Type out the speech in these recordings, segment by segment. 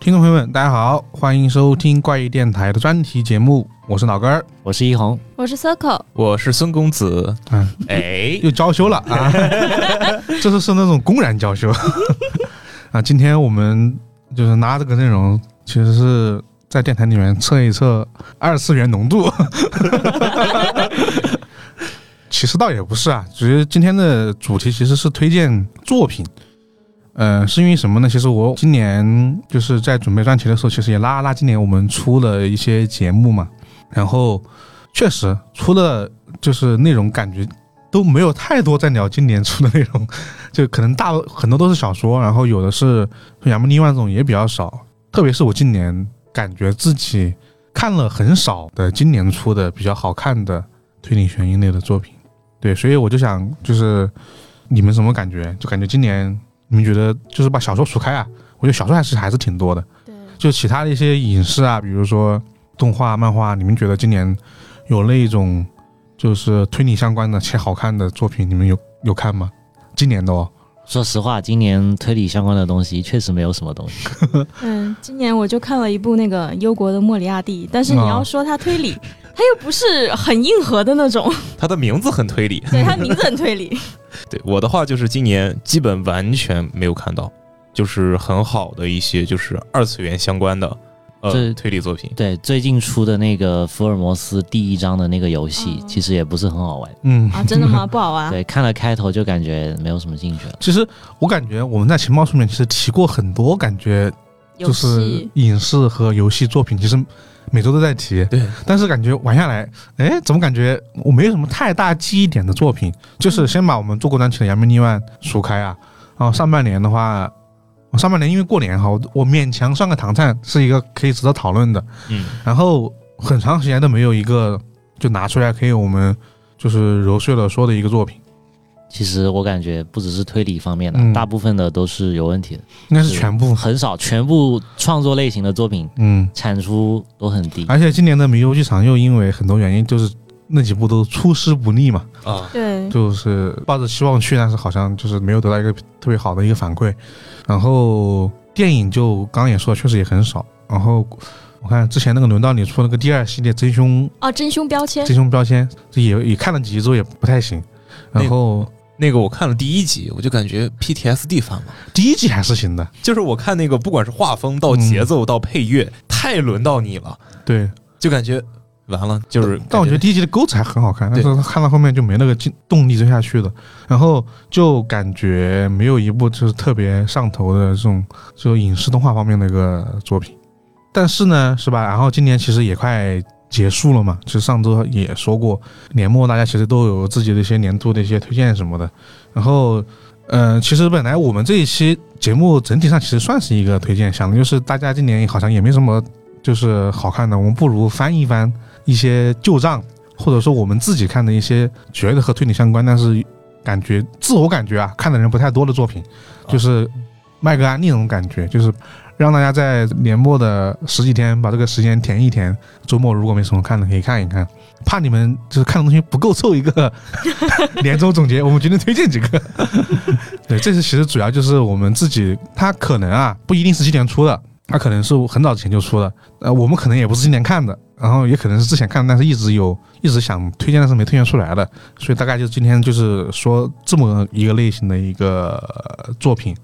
听众朋友们，大家好，欢迎收听怪异电台的专题节目，我是老根儿，我是一红，我是 Circle，我是孙公子，嗯，哎，又娇羞了啊！ 这次是那种公然娇羞 啊！今天我们就是拿这个内容，其实是在电台里面测一测二次元浓度。 其实倒也不是啊，只是今天的主题其实是推荐作品。呃，是因为什么呢？其实我今年就是在准备专题的时候，其实也拉拉今年我们出了一些节目嘛，然后确实出了就是内容感觉都没有太多在聊今年出的内容， 就可能大很多都是小说，然后有的是亚目尼万种也比较少，特别是我今年感觉自己看了很少的今年出的比较好看的推理悬疑类的作品，对，所以我就想就是你们什么感觉？就感觉今年你们觉得就是把小说除开啊，我觉得小说还是还是挺多的，对，就其他的一些影视啊，比如说动画、漫画，你们觉得今年有那一种就是推理相关的且好看的作品，你们有有看吗？今年的哦，说实话，今年推理相关的东西确实没有什么东西。嗯，今年我就看了一部那个《忧国的莫里亚蒂》，但是你啊要说它推理， 它又不是很硬核的那 种，他的名字很推理。对，它名字很推理。对我的话，就是今年基本完全没有看到，就是很好的一些就是二次元相关的呃这推理作品。对，最近出的那个福尔摩斯第一章的那个游戏，嗯其实也不是很好玩。嗯啊，真的吗？不好玩。对，看了开头就感觉没有什么兴趣了。 其实我感觉我们在情报书里面其实提过很多，感觉游就是戏影视和游戏作品，其实每周都在提。对，但是感觉玩下来，哎，怎么感觉我没有什么太大记忆点的作品？就是先把我们做过专题的《扬名立万》数开啊，然后上半年的话，我上半年因为过年哈，我我勉强算个唐探是一个可以值得讨论的，嗯，然后很长时间都没有一个就拿出来可以我们就是揉碎了说的一个作品，其实我感觉不只是推理方面的，嗯大部分的都是有问题的，应该是全部。很少全部创作类型的作品嗯，产出都很低。而且今年的《迷游剧场》又因为很多原因，就是那几部都出师不利嘛，啊，对，就是抱着期望去，但是好像就是没有得到一个特别好的一个反馈。然后电影就刚刚也说了，确实也很少。然后我看之前那个轮到你出那个第二系列《真凶啊，真凶标签真凶标签》，这也也看了几集之后也不太行。然后那个我看了第一集，我就感觉 PTSD 犯了。第一季还是行的，就是我看那个，不管是画风到节奏到配乐，太轮到你了，对。就感觉完了，就是。但我觉得第一季的钩子还很好看，但对是看到后面就没那个劲动力追下去了。然后就感觉没有一部就是特别上头的这种就影视动画方面的一个作品。但是呢，是吧？然后今年其实也快结束了嘛，其实上周也说过，年末大家其实都有自己的一些年度的一些推荐什么的。然后，呃，其实本来我们这一期节目整体上其实算是一个推荐项目，就是大家今年好像也没什么就是好看的，我们不如翻一翻一些旧账，或者说我们自己看的一些觉得和推理相关，但是感觉自我感觉啊，看的人不太多的作品，就是啊卖个安利那种感觉，就是让大家在年末的十几天把这个时间填一填，周末如果没什么看的可以看一看，怕你们就是看的东西不够凑一个 年终总结，我们决定推荐几个。对，这次其实主要就是我们自己，它可能啊不一定是今年出的，它可能是很早之前就出的，呃，我们可能也不是今年看的，然后也可能是之前看的，但是一直有一直想推荐，但是没推荐出来的，所以大概就今天就是说这么一个类型的一个呃作品。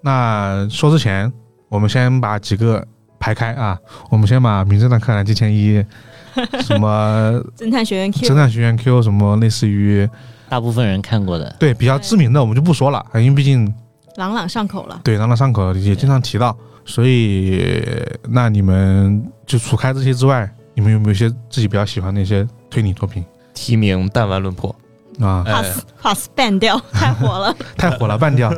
那说之前，我们先把几个排开啊，我们先把《名侦探柯南》《金千一》什么侦探学院《侦 Q，探学院 Q》什么类似于大部分人看过的，对比较知名的，我们就不说了，因为毕竟朗朗上口了。对，朗朗上口也经常提到，所以那你们就除开这些之外，你们有没有一些自己比较喜欢的一些推理作品提名弹丸论破，啊？哎 pass pass ban 掉，太火了。太火了，半掉。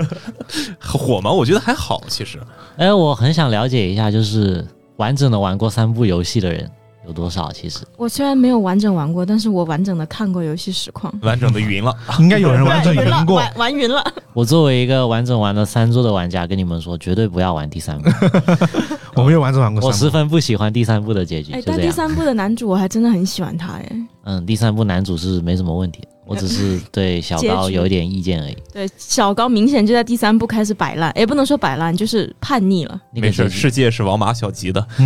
火吗？我觉得还好，其实哎，我很想了解一下，就是完整的玩过三部游戏的人有多少？其实我虽然没有完整玩过，但是我完整的看过游戏实况。完整的云了。应该有人完整对了赢过。玩玩晕了。我作为一个完整玩了三座的玩家，跟你们说，绝对不要玩第 三部。我没有完整玩过我三十分不喜欢第三部的结局，哎，就但这第样。三部的男主我还真的很喜欢他哎。 嗯，第三部男主是没什么问题的，我只是对小结高局有一点意见而已。对，小高明显就在第三部开始摆烂，也不能说摆烂，就是叛逆了。那 没个事，结局世界是王马小吉的。对，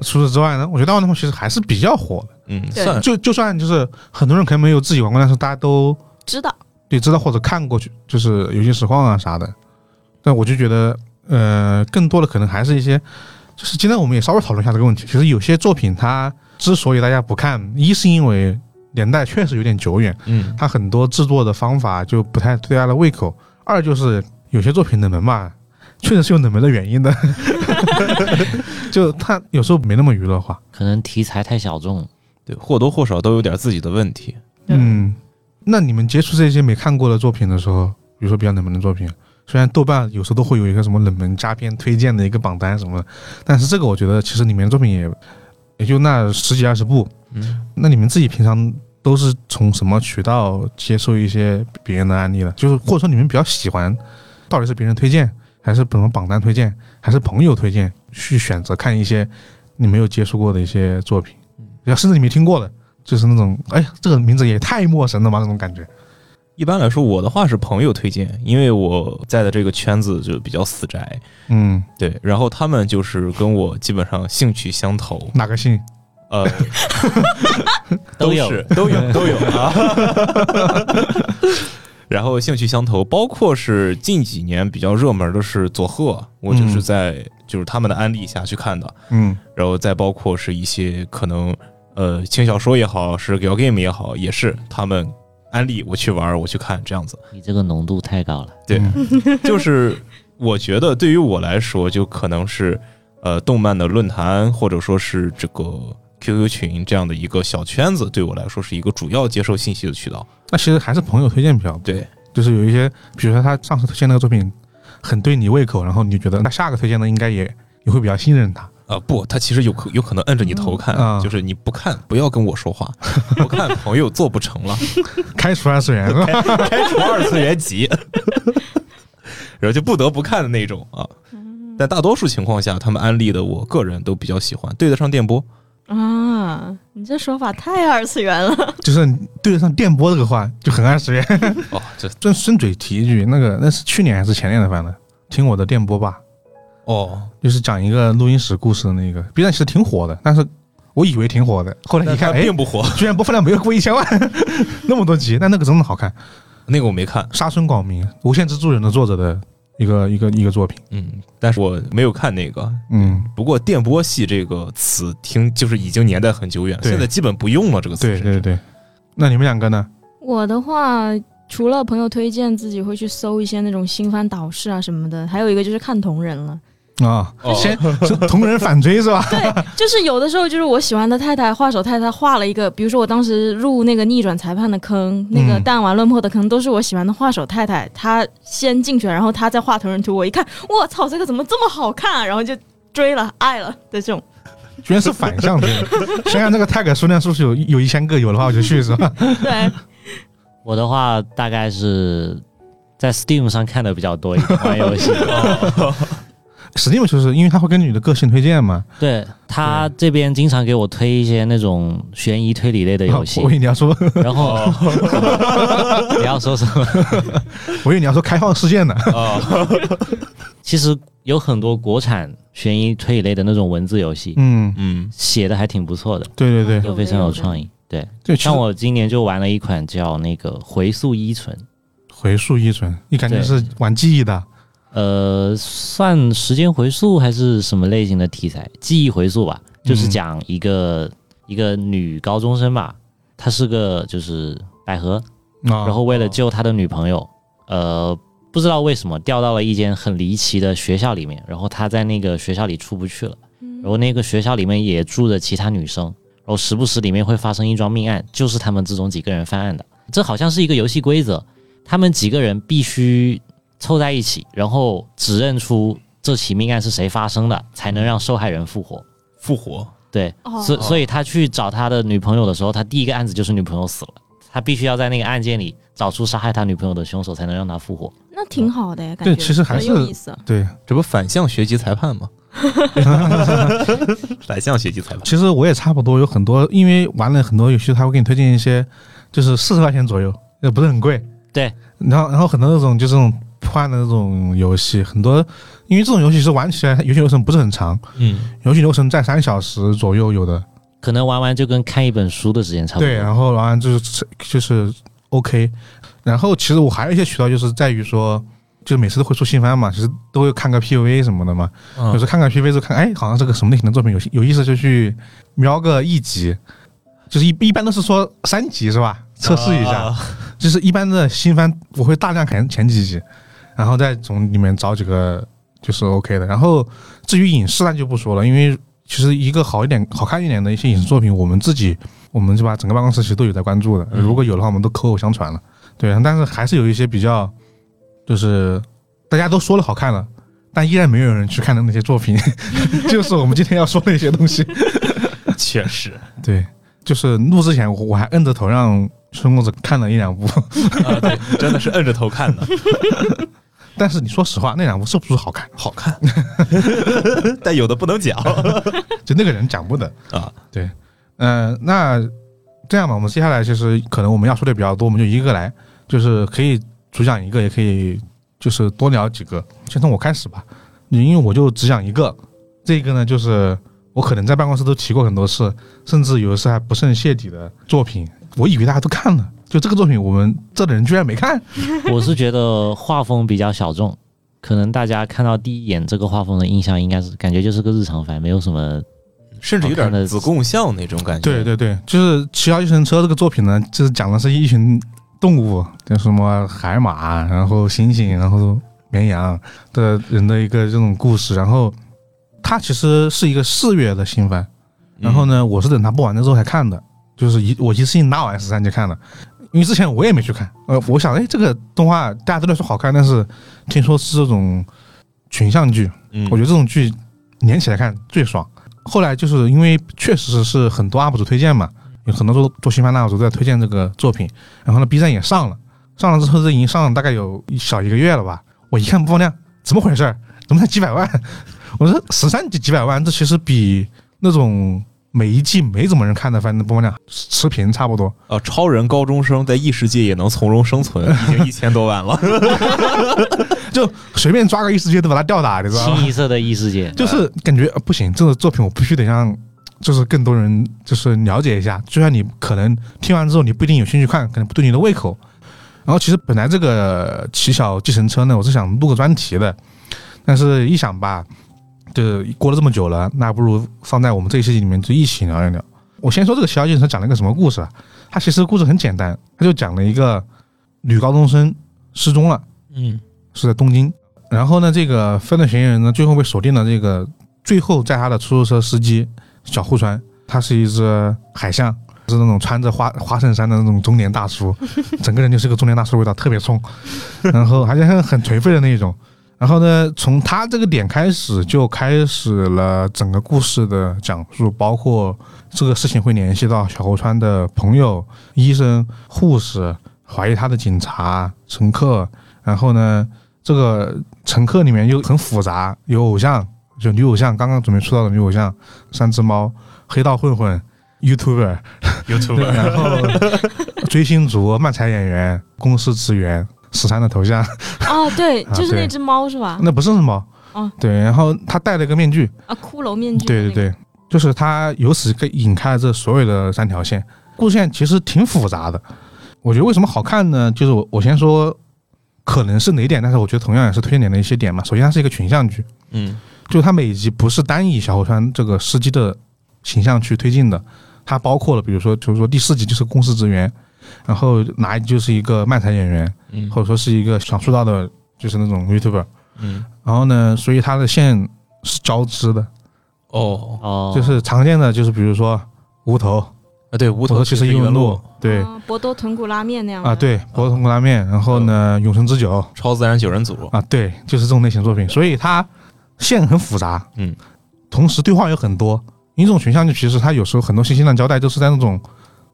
除此之外呢，我觉得《大话动其实还是比较火的。嗯，对算就就算就是很多人可能没有自己玩过，但是大家都 知道对知道或者看过去，就是有些实况啊啥的。但我就觉得，呃，更多的可能还是一些，就是今天我们也稍微讨论一下这个问题。其实有些作品它之所以大家不看，一是因为年代确实有点久远，嗯它很多制作的方法就不太对大家的胃口；二就是有些作品冷门嘛，确实是有冷门的原因的， 就它有时候没那么娱乐化。可能题材太小众，对，或多或少都有点自己的问题。嗯，那你们接触这些没看过的作品的时候，比如说比较冷门的作品，虽然豆瓣有时候都会有一个什么冷门佳片推荐的一个榜单什么的，但是这个我觉得其实里面的作品也也就那十几二十部。嗯，那你们自己平常都是从什么渠道接受一些别人的案例的？就是或者说你们比较喜欢，到底是别人推荐，还是什么榜单推荐，还是朋友推荐去选择看一些你没有接触过的一些作品，要甚至你没听过的，就是那种哎呀，这个名字也太陌生了吧那种感觉。一般来说，我的话是朋友推荐，因为我在的这个圈子就比较死宅，嗯，对，然后他们就是跟我基本上兴趣相投，哪个姓？呃， 都有是 都有都有啊。 然后兴趣相投，包括是近几年比较热门的是佐贺，我就嗯是在、就是他们的安利下去看的。嗯然后再包括是一些可能呃轻小说也好，是 g a l game 也好，也是他们安利我去玩儿，我去看这样子。你这个浓度太高了。对嗯 就是我觉得对于我来说，就可能是呃动漫的论坛，或者说是这个 QQ 群这样的一个小圈子，对我来说是一个主要接受信息的渠道。那其实还是朋友推荐比较多，对，就是有一些，比如说他上次推荐那个作品很对你胃口，然后你觉得那下个推荐的应该也也会比较信任他。 呃，不，他其实有可有可能摁着你头看，嗯啊就是你不看，不要跟我说话， 不看朋友做不成了，开除二次 元是吧？开除二次 元级，然后就不得不看的那种啊。但大多数情况下，他们安利的，我个人都比较喜欢，对得上电波。啊，你这说法太二次元了。就是你对得上电波这个话就很二次元。哦，这顺顺嘴提一句，那个那是去年还是前年的，反正听我的电波吧，哦，就是讲一个录音室故事的那个，B 站其实挺火的，但是我以为挺火的，后来那一看，它哎，并不火，居然播放量没有过一千万， 那么多集，但那个真的好看，《那个我没看，杀生广明》《无限之助人》的作者的一个一个一个作品，嗯，但是我没有看那个。嗯，不过“电波系”这个词听就是已经年代很久远，对现在基本不用了。这个词对甚对至对。那你们两个呢？我的话，除了朋友推荐，自己会去搜一些那种新番导视啊什么的，还有一个就是看同人了。啊、哦先是同人反追是 吧？就是有的时候，就是我喜欢的太太画手太太画了一个，比如说我当时入那个逆转裁判的坑，那个嗯弹丸论破的坑，都是我喜欢的画手太太，她先进去了，然后她再画同人图，我一看，我操，这个怎么这么好看、啊？然后就追了，爱了的 这种。居然是反向 追的，想想这个 tag 数量是不是有有一千个？有的话我就去是吧？对，我的话大概是在 Steam 上看的比较多一点，玩游戏。 哦 Steam 就是因为它会根据你的个性推荐嘛。对他这边经常给我推一些那种悬疑推理类的游戏哦我以，为你要说， 然后 你要说什么？我以为你要说开放世界呢。啊，其实有很多国产悬疑推理类的那种文字游戏， 嗯，嗯，写的还挺不错的，对对对，都非常有创意。对，对，其实像我今年就玩了一款叫那个《回溯依存》，回溯依存，你感觉对是玩记忆的，呃，算时间回溯还是什么类型的题材？记忆回溯吧，就是嗯讲一个、一个女高中生吧，她是个就是百合，啊，然后为了救他的女朋友，呃，不知道为什么掉到了一间很离奇的学校里面，然后他在那个学校里出不去了，然后那个学校里面也住着其他女生，然后时不时里面会发生一桩命案，就是他们这种几个人犯案的。这好像是一个游戏规则，他们几个人必须凑在一起，然后指认出这起命案是谁发生的，才能让受害人复活。复活对，哦所所以他去找他的女朋友的时候，他第一个案子就是女朋友死了，他必须要在那个案件里找出杀害他女朋友的凶手，才能让他复活。那挺好的呀，感对觉其实还是很有意思啊。对， 这不反向学习裁判吗？反向学习裁判。其实我也差不多，有很多，因为玩了很多游戏，他会给你推荐一些，就是四十块钱左右，也不是很贵。对。然后，然后很多那种就是那种破案的那种游戏，很多因为这种游戏是玩起来游戏流程不是很长，嗯，游戏流程在三小时左右有的。可能玩完就跟看一本书的时间差不多。对，啊然后玩完就是就是 OK。然后其实我还有一些渠道，就是在于说，就是每次都会出新番嘛，其实都会看个 PV 什么的嘛。嗯有时候看看 PV 之后看，哎，好像是个什么类型的作品有有意思，就去瞄个一集，就是一一般都是说三集是吧？测试一下，啊就是一般的新番我会大量看前几集，然后再从里面找几个就是 OK 的。然后至于影视那就不说了，因为其实一个好一点、好看一点的一些影视作品，我们自己我们是吧，整个办公室其实都有在关注的。嗯如果有的话，我们都口口相传了。对，但是还是有一些比较，就是大家都说了好看了，但依然没有人去看的那些作品， 就是我们今天要说的一些东西。确实对，就是录之前我我还摁着头让孙公子看了一两部，啊，对， 真的是摁着头看的，但是你说实话，那两部是不是好看？好看，但有的不能讲 就那个人讲不得。 啊。嗯、那这样吧，我们接下来就是可能我们要说的比较多，我们就一个个来，就是可以主讲一个，也可以就是多聊几个。先从我开始吧，因为我就只讲一个。这个呢，就是我可能在办公室都提过很多次，甚至有的时候还不胜谢底的作品，我以为大家都看了，就这个作品我们这的人居然没看。我是觉得画风比较小众，可能大家看到第一眼这个画风的印象应该是感觉就是个日常番，没有什么甚至有好看点的子贡像那种感觉。对对对，就是《骑小计程车》这个作品呢，就是讲的是一群动物，叫什么海马，然后猩猩，然后绵羊的人的一个这种故事。然后它其实是一个四月的新番，嗯，然后呢，我是等它播完了之后才看的，就是一我一次性拉完十三就看了。因为之前我也没去看，呃，我想，哎，这个动画大家都在说好看，但是听说是这种群像剧，嗯，我觉得这种剧连起来看最爽。后来就是因为确实是很多 UP 主推荐嘛，有很多做做新番的 UP 主都在推荐这个作品，然后呢 B 站也上了，上了之后这已经上了大概有一小一个月了吧，我一看播放量，怎么回事儿？怎么才几百万？ 我说十三几几百万，这其实比那种每一季没怎么人看的番的播放量持平差不多。啊，超人高中生在异世界也能从容 生存，已经一千多万了。就随便抓个异世界都把它吊打，你知道吗？清一色的异世界。 就是感觉、呃不行，这个作品我必须得让，就是更多人就是了解一下。就算你可能听完之后你不一定有兴趣看，可能不对你的胃口。然后其实本来这个骑小计程车呢，我是想录个专题的，但是一想吧，就是过了这么久了，那不如放在我们这一期里面就一起聊一聊。我先说这个骑小计程车讲了一个什么故事啊？它其实故事很简单，它就讲了一个女高中生失踪了。嗯是在东京。然后呢，这个犯罪嫌疑人呢，最后被锁定了。这个最后在他的出租车司机小户川，他是一只海象，是那种穿着花花衬衫的那种中年大叔， 整个人就是个中年大叔的味道，特别冲， 然后而且很很颓废的那种。然后呢，从他这个点开始，就开始了整个故事的讲述，包括这个事情会联系到小户川的朋友、医生、护士，怀疑他的警察、乘客。然后呢，这个乘客里面又很复杂，有偶像，就女偶像，刚刚准备出道的女偶像，三只猫，黑道混混，YouTuber，对，YouTube 然后追星族、漫才演员、公司职员、十三的头像，啊，对，啊就是对那只猫是吧？那不是什么哦。对，然后他戴了一个面具，啊，骷髅面具。对对。对，就是他由此可以引开了这所有的三条线。故事线其实挺复杂的，我觉得为什么好看呢？就是我我先说，可能是哪一点，但是我觉得同样也是推荐点的一些点嘛。首先，它是一个群像剧，嗯就它每一集不是单以小火川这个司机的形象去推进的，它包括了比如说，就是说第四集就是公司职员，然后哪一集就是一个漫才演员，嗯或者说是一个想出道的，就是那种 YouTuber。嗯然后呢，所以它的线是交织的，哦哦，就是常见的就是比如说无头，啊，对，无无头骑士异闻录，对啊，博多豚骨拉面那样的啊，。对，博通古拉面，然后呢，永生之酒超自然九人组，啊，对，就是这种类型作品，所以它线很复杂，嗯，同时对话有很多，一种群像剧其实它有时候很多信息量交代都是在那种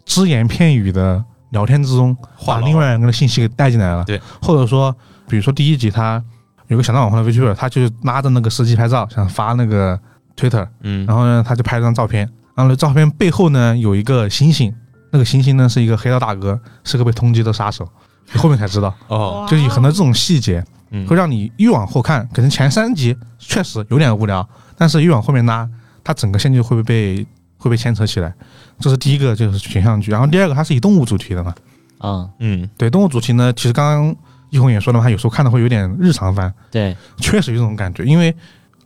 只言片语的聊天之中，画把廊另外一个人的信息给带进来了，对，或者说，比如说第一集他有个响当晚会的 VTuber，他就拉着那个司机拍照，想发那个 Twitter，嗯，然后呢，他就拍了张照片，然后照片背后呢有一个星星，那个星星呢是一个黑道大哥，是个被通缉的杀手。你后面才知道，哦，就是有很多这种细节，嗯会让你越往后看，可能前三集确实有点无聊，但是越往后面拉，它整个线就会被会被牵扯起来。这是第一个，就是群像剧。然后第二个，它是以动物主题的嘛，嗯，嗯，对动物主题呢，其实刚刚一红也说了嘛，他有时候看的会有点日常番，对，确实有这种感觉。因为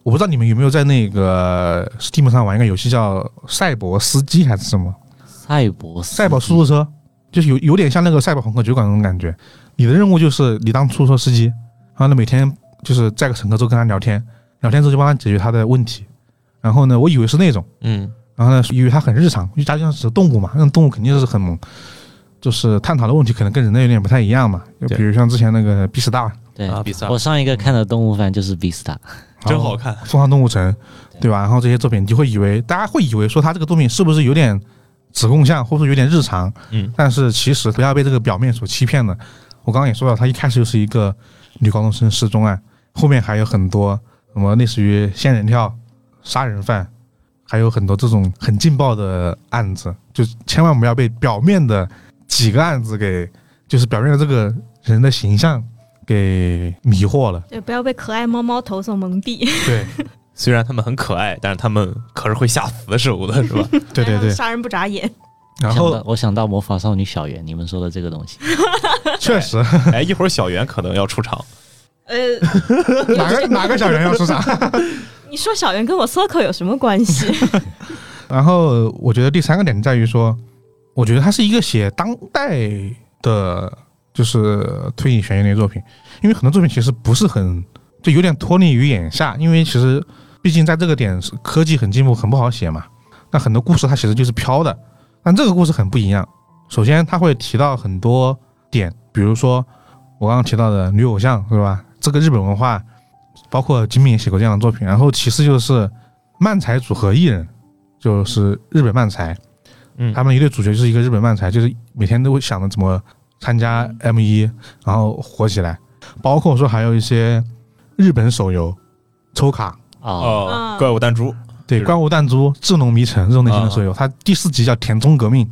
我不知道你们有没有在那个 Steam 上玩一个游戏叫《赛博司机》还是什么赛博《赛博出租车》，就是有有点像那个《赛博朋克酒馆》那种感觉。你的任务就是你当出租车司机，然后呢每天就是载个乘客之后跟他聊天，聊天之后就帮他解决他的问题。然后呢，我以为是那种，嗯，然后呢，以为它很日常，因为它像是动物嘛，那种动物肯定是很猛，就是探讨的问题可能跟人类有点不太一样嘛。就对比如像之前那个《比斯大》，对，啊，比赛我上一个看的动物番就是《Vista》，真好看， 《疯狂动物城》，对吧？然后这些作品，你就会以为大家会以为说它这个作品是不是有点子供像，或者说有点日常？嗯，但是其实不要被这个表面所欺骗了。我刚刚也说了，它一开始就是一个女高中生失踪案，后面还有很多什么类似于仙人跳、杀人犯，还有很多这种很劲爆的案子，就千万不要被表面的几个案子给，就是表面的这个人的形象给迷惑了。对，不要被可爱猫猫头所蒙蔽。对，虽然他们很可爱，但是他们可是会吓死手的， 是吧？对对对。 杀人不眨眼。然想后到我想到魔法少女小圆，你们说的这个东西，确实，哎，一会儿小圆可能要出场， 呃，哪个哪个小圆要出场？你说小圆跟我 circle 有什么关 系？然后我觉得第三个点在于说，我觉得它是一个写当代的，就是推理悬疑类作品，因为很多作品其实不是很，就有点脱离于眼下，因为其实毕竟在这个点是科技很进步，很不好写嘛。那很多故事它其实就是飘的，但这个故事很不一样。首先，它会提到很多点，比如说我刚刚提到的女偶像是吧？这个日本文化，包括金敏也写过这样的作品。然后其次就是漫才组合艺人，就是日本漫才，嗯他们一对主角就是一个日本漫才，就是每天都会想着怎么参加 M 一，然后火起来。包括说还有一些日本手游抽卡，啊，哦嗯，怪物 弹珠，对是《怪物弹珠》《智能迷城》这种类型的啊手游，它第四集叫《田中革命》，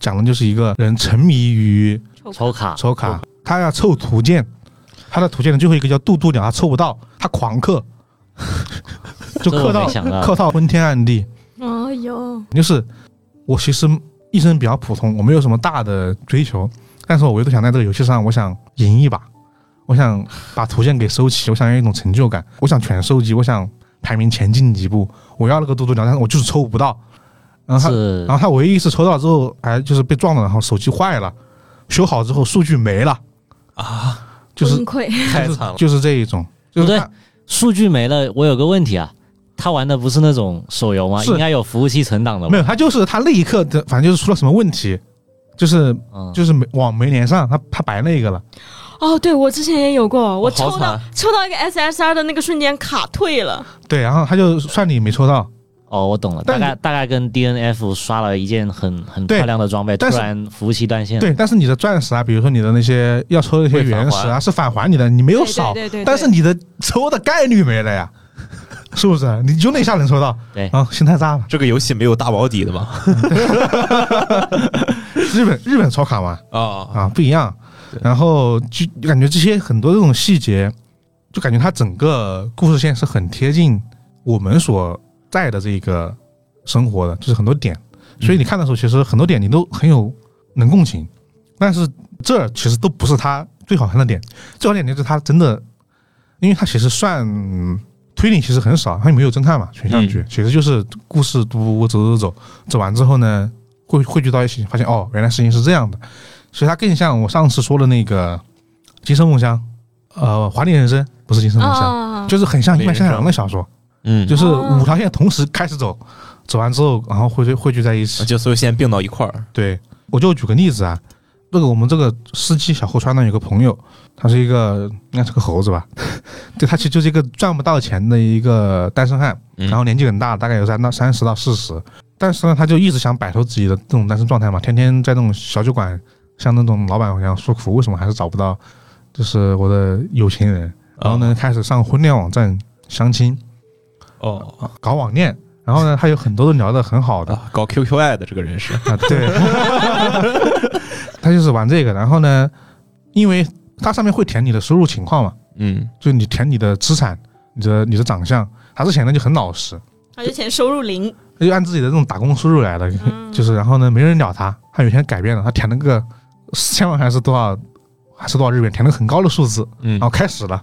讲的就是一个人沉迷于抽卡，抽卡，他要凑图鉴，他的图鉴的最后一个叫渡渡鸟，他凑不到，他狂 氪，就这氪我到没想到氪到昏天暗地。哎呦，就是我其实一生比较普通，我没有什么大的追求，但是我唯独想在这个游戏上，我想赢一把，我想把图鉴给收齐，我想要一种成就感，我想全收集，我想排名前进几步，我要那个嘟嘟鸟，但是我就是抽不到。然后他，是啊然后他唯一一次抽到之后，还就是被撞了，然后手机坏了，修好之后数据没了啊，就是崩溃。太惨了，就是这一种，就不是对他数据没了，我有个问题啊，他玩的不是那种手游吗？是应该有服务器存档的吧？没有，他就是他那一刻的，反正就是出了什么问题，就是嗯，就是没网没连上，他他白那个了。 哦，对我之前也有哦过，我好抽到惨抽到一个 SSR 的那个瞬间卡退了，对，然后他就算你没抽到，哦，我懂了，但大是概大概跟 DNF 刷了一件很很对漂亮的装备，突但是然服务器断线，对，但是你的钻石啊，比如说你的那些要抽的一些会返原石啊，还是返还你的，你没有少，对对对对对但是你的抽的概率没了呀，是不是？你就那一下能抽到，对啊，心太炸了。这个游戏没有大保底的吗？日本日本抽卡嘛，啊，啊，不一样对。然后就感觉这些很多这种细节，就感觉它整个故事线是很贴近我们所在的这个生活的，就是很多点。嗯所以你看的时候，其实很多点你都很有能共情，但是这其实都不是它最好看的点。最好看的点就是它真的，因为它其实算推理其实很少，它也没有侦探嘛，群像嗯剧、其实就是故事嘟嘟嘟走走走，走完之后呢，汇汇聚到一起，发现哦，原来事情是这样的。所以它更像我上次说的那个《今生梦乡》，呃，《华丽人生》不是《今生梦乡》啊，就是很像一般香港的小说，嗯就是哦五条线同时开始走，走完之后，然后汇聚汇聚在一起。就所有线并到一块儿，对，我就举个例子啊，那个我们这个司机小后川呢有个朋友，他是一个应该是个猴子吧， 对他其实就是一个赚不到钱的一个单身汉，嗯然后年纪很大，大概有三到三十到四十，但是呢他就一直想摆脱自己的这种单身状态嘛，天天在那种小酒馆像那种老板一样诉苦，为什么还是找不到就是我的有情人。然后呢，开始上婚恋网站相亲，哦啊搞网恋。然后呢，他有很多都聊得很好的啊，搞 QQ 爱的这个人是，啊，对， 他就是玩这个。然后呢，因为它上面会填你的收入情况嘛，嗯，就你填你的资产、你的你的长相，他之前呢就很老实，他之前收入零，他就按自己的这种打工收入来的，嗯就是然后呢，没人鸟他，他有一天改变了，他填了个 四千万还是多少，还是多少日元，填了个很高的数字，嗯然后开始了，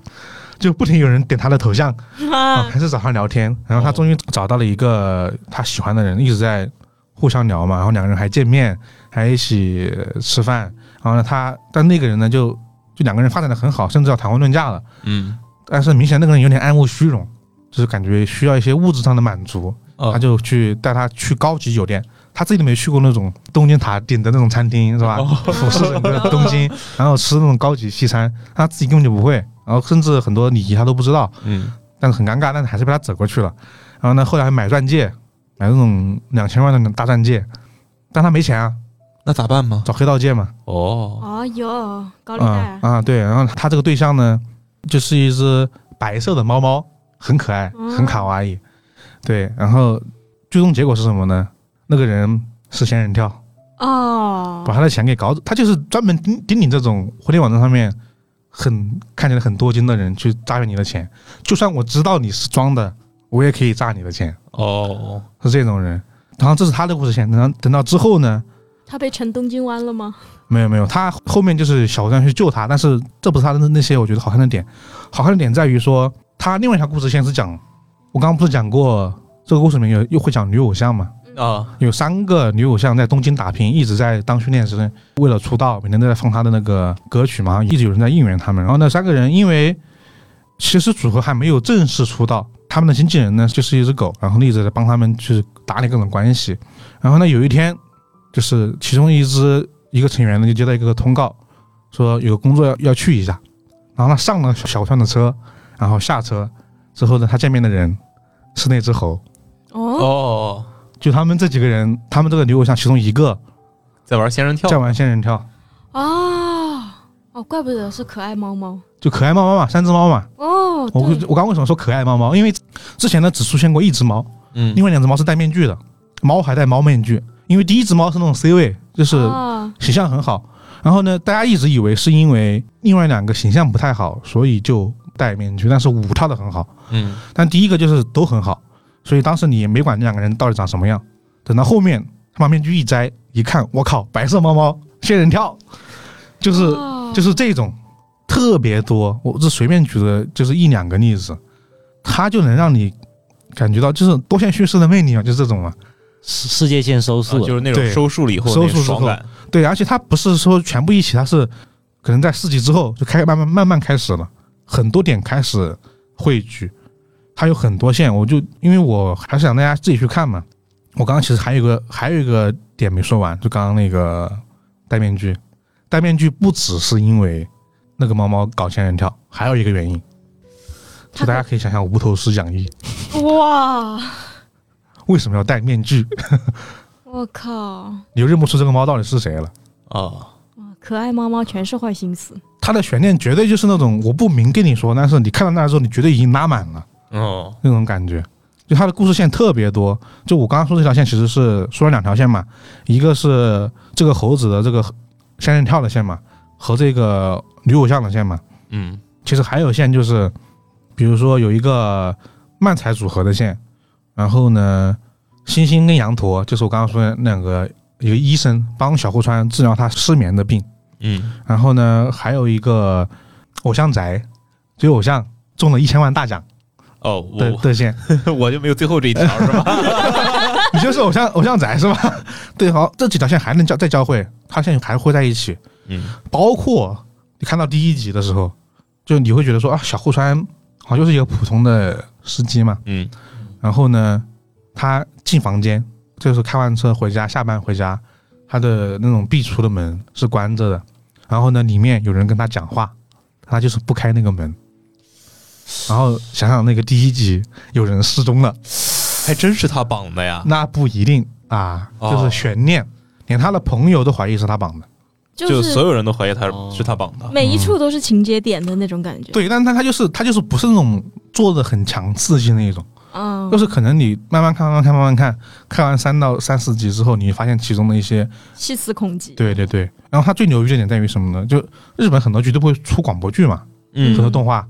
就不停有人点他的头像，啊，啊还是找他聊天，然后他终于找到了一个他喜欢的人，一直在互相聊嘛，然后两个人还见面，还一起呃吃饭，然后呢，他但那个人呢就就两个人发展的很好，甚至要谈婚论嫁了，嗯，但是明显那个人有点爱慕虚荣，就是感觉需要一些物质上的满足，哦他就去带他去高级酒店，他自己都没去过那种东京塔顶的那种餐厅是吧？俯视整个东京，然后吃那种高级西餐，他自己根本就不会，然后甚至很多礼仪他都不知道，嗯，但是很尴尬，但是还是被他整过去了。然后呢，后来还买钻戒，买那种两千万的那种大钻戒，但他没钱啊，那咋办嘛？找黑道借嘛。哦，哦哟，高利贷啊啊，啊，对。然后他这个对象呢，就是一只白色的猫猫，很可爱，嗯很卡哇伊。对，然后最终结果是什么呢？那个人是仙人跳，把哦，他的钱给搞走。他就是专门盯盯你这种婚恋网站上面很看起来很多金的人去诈骗你的钱。就算我知道你是装的，我也可以诈你的钱。哦，是这种人。然后这是他的故事线，然后等到之后呢，他被沉东京湾了吗？没有没有，他后面就是小站去救他，但是这不是他的那些我觉得好看的点，好看的点在于说他另外一条故事线是讲，我刚刚不是讲过这个故事里面有又会讲女偶像嘛，啊，有三个女偶像在东京打拼，一直在当训练生，为了出道，每天都在放她的那个歌曲嘛，一直有人在应援他们。然后那三个人因为其实组合还没有正式出道，他们的经纪人呢就是一只狗，然后一直在帮他们去打理各种关系。然后呢，有一天就是其中一只一个成员呢就接到一个通告，说有个工作要要去一下，然后他上了小川的车，然后下车之后呢，他见面的人是那只猴。哦，哦，就他们这几个人，他们这个女偶像其中一个在玩仙人跳在，玩仙人跳，啊，哦，怪不得是可爱猫猫就可爱猫猫嘛，三只猫嘛。哦，我对我刚为什么说可爱猫猫？因为之前呢只出现过一只猫，嗯另外两只猫是戴面具的，猫还戴猫面具。因为第一只猫是那种 C 位，就是啊形象很好。然后呢，大家一直以为是因为另外两个形象不太好，所以就戴面具，但是舞跳的很好。嗯，但第一个就是都很好，所以当时你也没管这两个人到底长什么样。等到后面他把面具一摘，一看，我靠，白色猫猫仙人跳，就是、哦就是这种特别多。我这随便举的就是一两个例子，它就能让你感觉到就是多线叙事的魅力嘛，就是这种嘛。世世界线收啊束了，就是那种对收束了以后收那束个之爽后感，对，而且它不是说全部一起，它是可能在四集之后就开慢慢慢慢开始了，很多点开始汇聚，它有很多线，我就因为我还是想大家自己去看嘛。我刚刚其实还有一个还有一个点没说完，就刚刚那个戴面具，戴面具不只是因为那个猫猫搞仙人跳，还有一个原因，就大家可以想想无头师讲义哇，为什么要戴面具， 我靠，你就认不出这个猫到底是谁了。啊，可爱猫猫全是坏心思，它的悬念绝对就是那种我不明跟你说，但是你看到那儿之后，你绝对已经拉满了哦，那种感觉。就它的故事线特别多，就我刚刚说这条线其实是说了两条线嘛，一个是这个猴子的这个仙人跳的线嘛，和这个女偶像的线嘛。嗯，其实还有线就是，比如说有一个漫才组合的线，然后呢，星星跟羊驼就是我刚刚说的那两个，一个医生帮小户川治疗他失眠的病。嗯，然后呢，还有一个偶像宅追偶像中了一千万大奖哦，的我的线，我就没有最后这一条是 吧？你就是偶像偶像宅是吧？ 对，好，这几条线还能交再交汇，它现在还会在一起，嗯，包括你看到第一集的时候，就你会觉得说啊，小户川好像就是一个普通的司机嘛，嗯，然后呢，他进房间，就是开完车回家，下班回家，他的那种壁橱的门是关着的，然后呢，里面有人跟他讲话，他就是不开那个门。然后想想那个第一集有人失踪了，还真是他绑的呀，那不一定啊，哦就是悬念，连他的朋友都怀疑是他绑的。就就是所有人都怀疑他是哦是他绑的。每一处都是情节点的那种感觉。对，但但他就是他就是不是那种做的很强刺激那一种，嗯，就是可能你慢慢看慢慢看慢慢看，看完三到三四集之后，你发现其中的一些细思恐极。对对对。然后它最牛逼的点在于什么呢？就日本很多剧都不会出广播剧嘛，嗯很多动画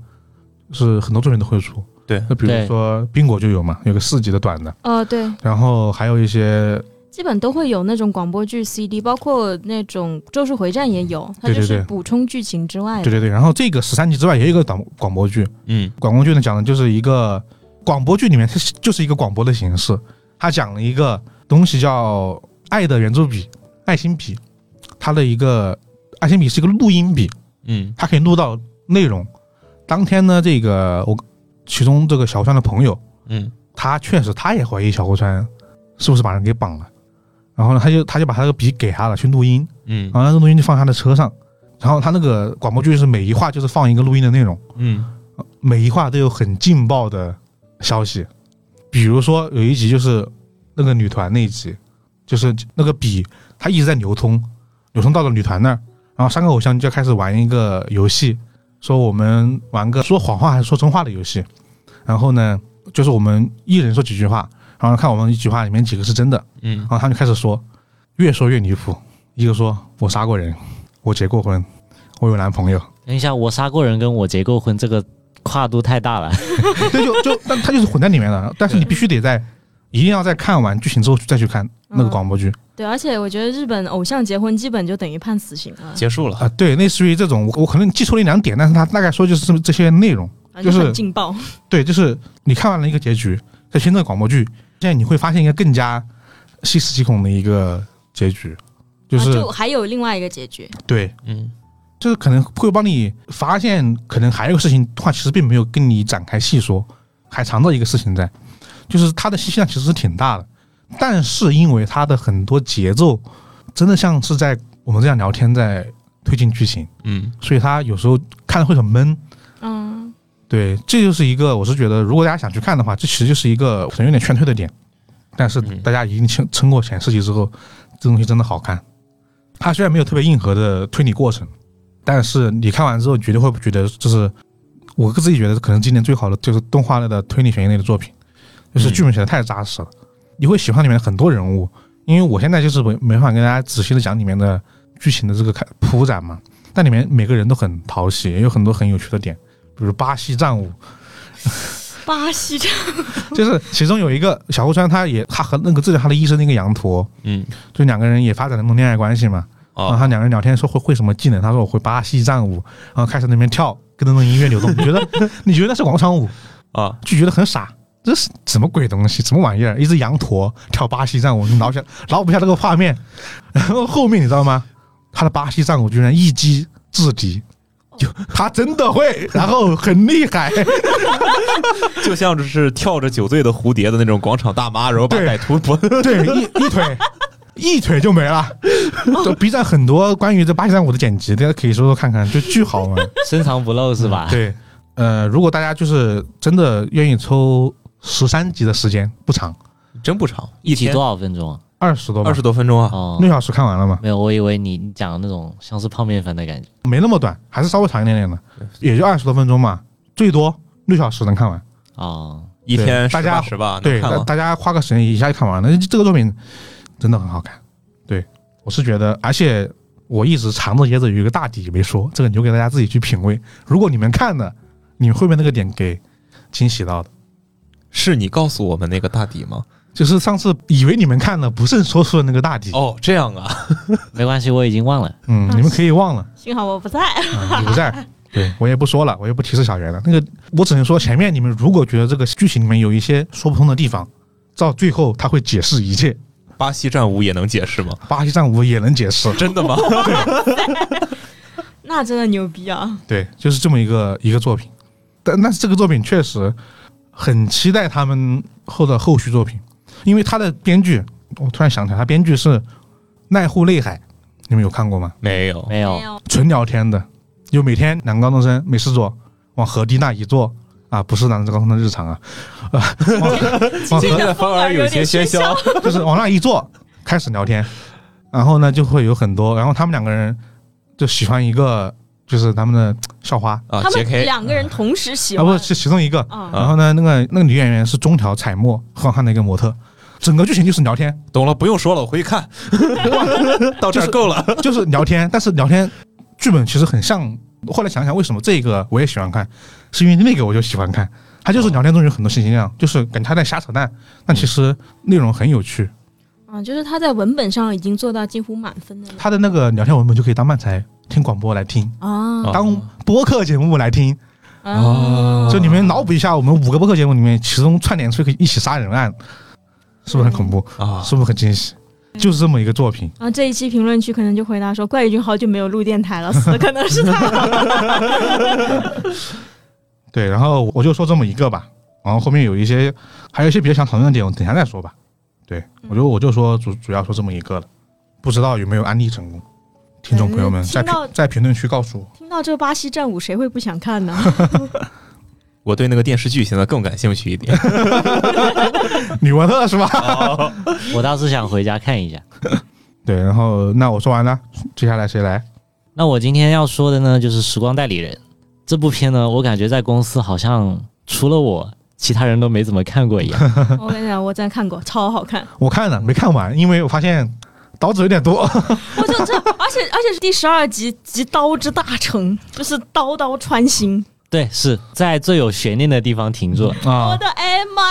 是很多作品都会出。对那比如对说冰果就有嘛，有个四集的短的，呃，对，然后还有一些基本都会有那种广播剧 CD，包括那种《咒术回战》也有，它对就对是对补充剧情之外对的。对对，然后这个十三集之外也有一个短广播剧，嗯广播剧呢讲的就是一个广播剧里面它 是就是一个广播的形式，它讲了一个东西叫爱的圆珠笔、爱心笔，它的一个爱心笔是一个录音笔，嗯它可以录到内容。当天呢，这个我其中这个小户川的朋友，嗯他确实他也怀疑小户川是不是把人给绑了，然后呢，他就他就把他的笔给他了去录音，嗯然后那个录音就放他的车上，然后他那个广播剧是每一话就是放一个录音的内容。嗯每一话都有很劲爆的消息，比如说有一集就是那个女团那一集，就是那个笔它一直在流通，流通到了女团那儿，然后三个偶像就开始玩一个游戏，说我们玩个说谎话还是说真话的游戏，然后呢，就是我们一人说几句话，然后看我们一句话里面几个是真的，嗯然后他们就开始说，越说越离谱，一个说我杀过人，我结过婚，我有男朋友。等一下，我杀过人跟我结过婚这个跨度太 大了。对，就就但它就是混在里面的，但是你必须得在，一定要在看完剧情之后再去看嗯那个广播剧对，而且我觉得日本偶像结婚基本就等于判死刑了，结束啊、了。对，类似于这种，我我可能记错了一两点，但是它大概说就是这么这些内容。反就正是啊很劲爆。对，就是你看完了一个结局，再去那个广播剧，现在你会发现一个更加细思极恐的一个结局，就是、啊、就还有另外一个结局，对，嗯就是可能会帮你发现，可能还有个事情，话其实并没有跟你展开细说，还藏着一个事情在，就是它的信息量其实是挺大的，但是因为它的很多节奏真的像是在我们这样聊天在推进剧情，嗯所以它有时候看的会很闷。嗯，对，这就是一个，我是觉得如果大家想去看的话，这其实就是一个可能有点劝退的点，但是嗯大家一定撑撑过前四集之后，这东西真的好看。它虽然没有特别硬核的推理过程，但是你看完之后绝对会觉得，就是我自己觉得可能今年最好的就是动画类的推理悬疑类的作品，就是剧本写的太扎实了，你会喜欢里面的很多人物，因为我现在就是没没法跟大家仔细的讲里面的剧情的这个开铺展嘛，但里面每个人都很讨喜，也有很多很有趣的点，比如巴西战舞， 巴西这就是其中有一个小户川，他也他和那个治疗他的医生那个羊驼，嗯就两个人也发展了那种恋爱关系嘛。然后啊他两个人聊天说会会什么技能，他说我会巴西战舞，然后开始那边跳，跟着那种音乐流动。你觉得 你觉得那是广场舞，啊就觉得很傻，这是什么鬼东西，什么玩意儿？一只羊驼跳巴西战舞，你挠不下挠不下这个画面。然后后面你知道吗？他的巴西战舞居然一击制敌。就他真的会，然后很厉害，就像是跳着酒醉的蝴蝶的那种广场大妈，然后把对歹徒 不对，一一腿一腿就没了。就 B 站很多关于这八七三五的剪辑，大家可以搜搜看看，就巨好 玩。深藏不露是吧？对，呃，如果大家就是真的愿意抽十三集的时间，不长， 真不长，一集天多少分钟啊？二十多吧二十多分钟啊。哦六，小时看完了嘛，没有，我以为你你讲的那种像是泡面番的感觉。没那么短，还是稍微长一点点的，也就二十多分钟嘛，最多六小时能看完。哦，一天大家十吧，对，啊能看大吗？大家花个时间一下就看完了。那这个作品真的很好看，对我是觉得，而且我一直藏着掖着有一个大底没说，这个留给大家自己去品味。如果你们看了，你们会被那个点给惊喜到的。是你告诉我们那个大底 吗？就是上次以为你们看了不慎说出的那个大底，哦，这样啊，没关系，我已经忘了。嗯，你们可以忘了，幸好我不在。嗯、你不 在。对我也不说了，我也不提示小圆了。那个，我只能说前面你们如果觉得这个剧情里面有一些说不通的地方，到最后他会解释一切，巴西战舞也能解释吗？巴西战舞也能解释。 真的吗？那真的牛逼啊！对，就是这么一个一个作品。但但是这个作品确实很期待他们后的后续作品，因为他的编剧，我突然想起来，他编剧是濑户内海，你们有看过吗？ 没有，没有，啊有，纯聊天的，就每天男高中生没事做，往河堤那一坐啊，不是男高中生的日常啊，啊，往往 今河天的风儿有些喧嚣。就是往那一坐，开始聊天，然后呢就会有很多，然后他们两个人就喜欢一个就是他们的校花啊，他杰们 K 两个人同时喜啊，欢不是其中一个。啊，然后呢，那个那个女演员是中条彩墨，很好看的一个模特。整个剧情就是聊天， 懂了，不用说了，我回去 看，到这儿够了。就是聊天，但是聊天剧本其实很像。后来想想，为什么这个我也喜欢看，是因为那个我就喜欢看。他就是聊天中有很多信息量，就是呃感觉他在瞎扯淡，但其实内容很有趣。啊，就是他在文本上已经做到近乎满分的了他的那个聊天文本就可以当漫才听广播来听，啊当播客节目来听。哦啊，就你们脑补一下，我们五个播客节目里面，其中串联出一个一起杀人案，是不是很恐怖？啊，是不是很惊喜？嗯就是这么一个作品。然后这一期评论区可能就回答说，怪异君好久没有录电台了，死的可能是他。对，然后我就说这么一个吧，然后后面有一些还有一些比较想讨论的点，我等一下再说吧。对，嗯我就我就说主主要说这么一个了，不知道有没有安利成功，听众朋友们嗯在听到评在评论区告诉我。 听到这巴西战舞，谁会不想看呢？我对那个电视剧现在更感兴趣一点。女模特是吧？我倒是想回家看一下。对，然后那我说完了，接下来谁来？那我今天要说的呢，就是《时光代理人》这部片呢，我感觉在公司好像除了我，其他人都没怎么看过一 样。我跟你讲，我真看过，超好看。我看了没看完，因为我发现刀子有点 多。啊我就这，而且而且是第十二集集刀之大成，就是刀刀穿心。对，是在最有悬念的地方停住了，我啊，的 M 妈，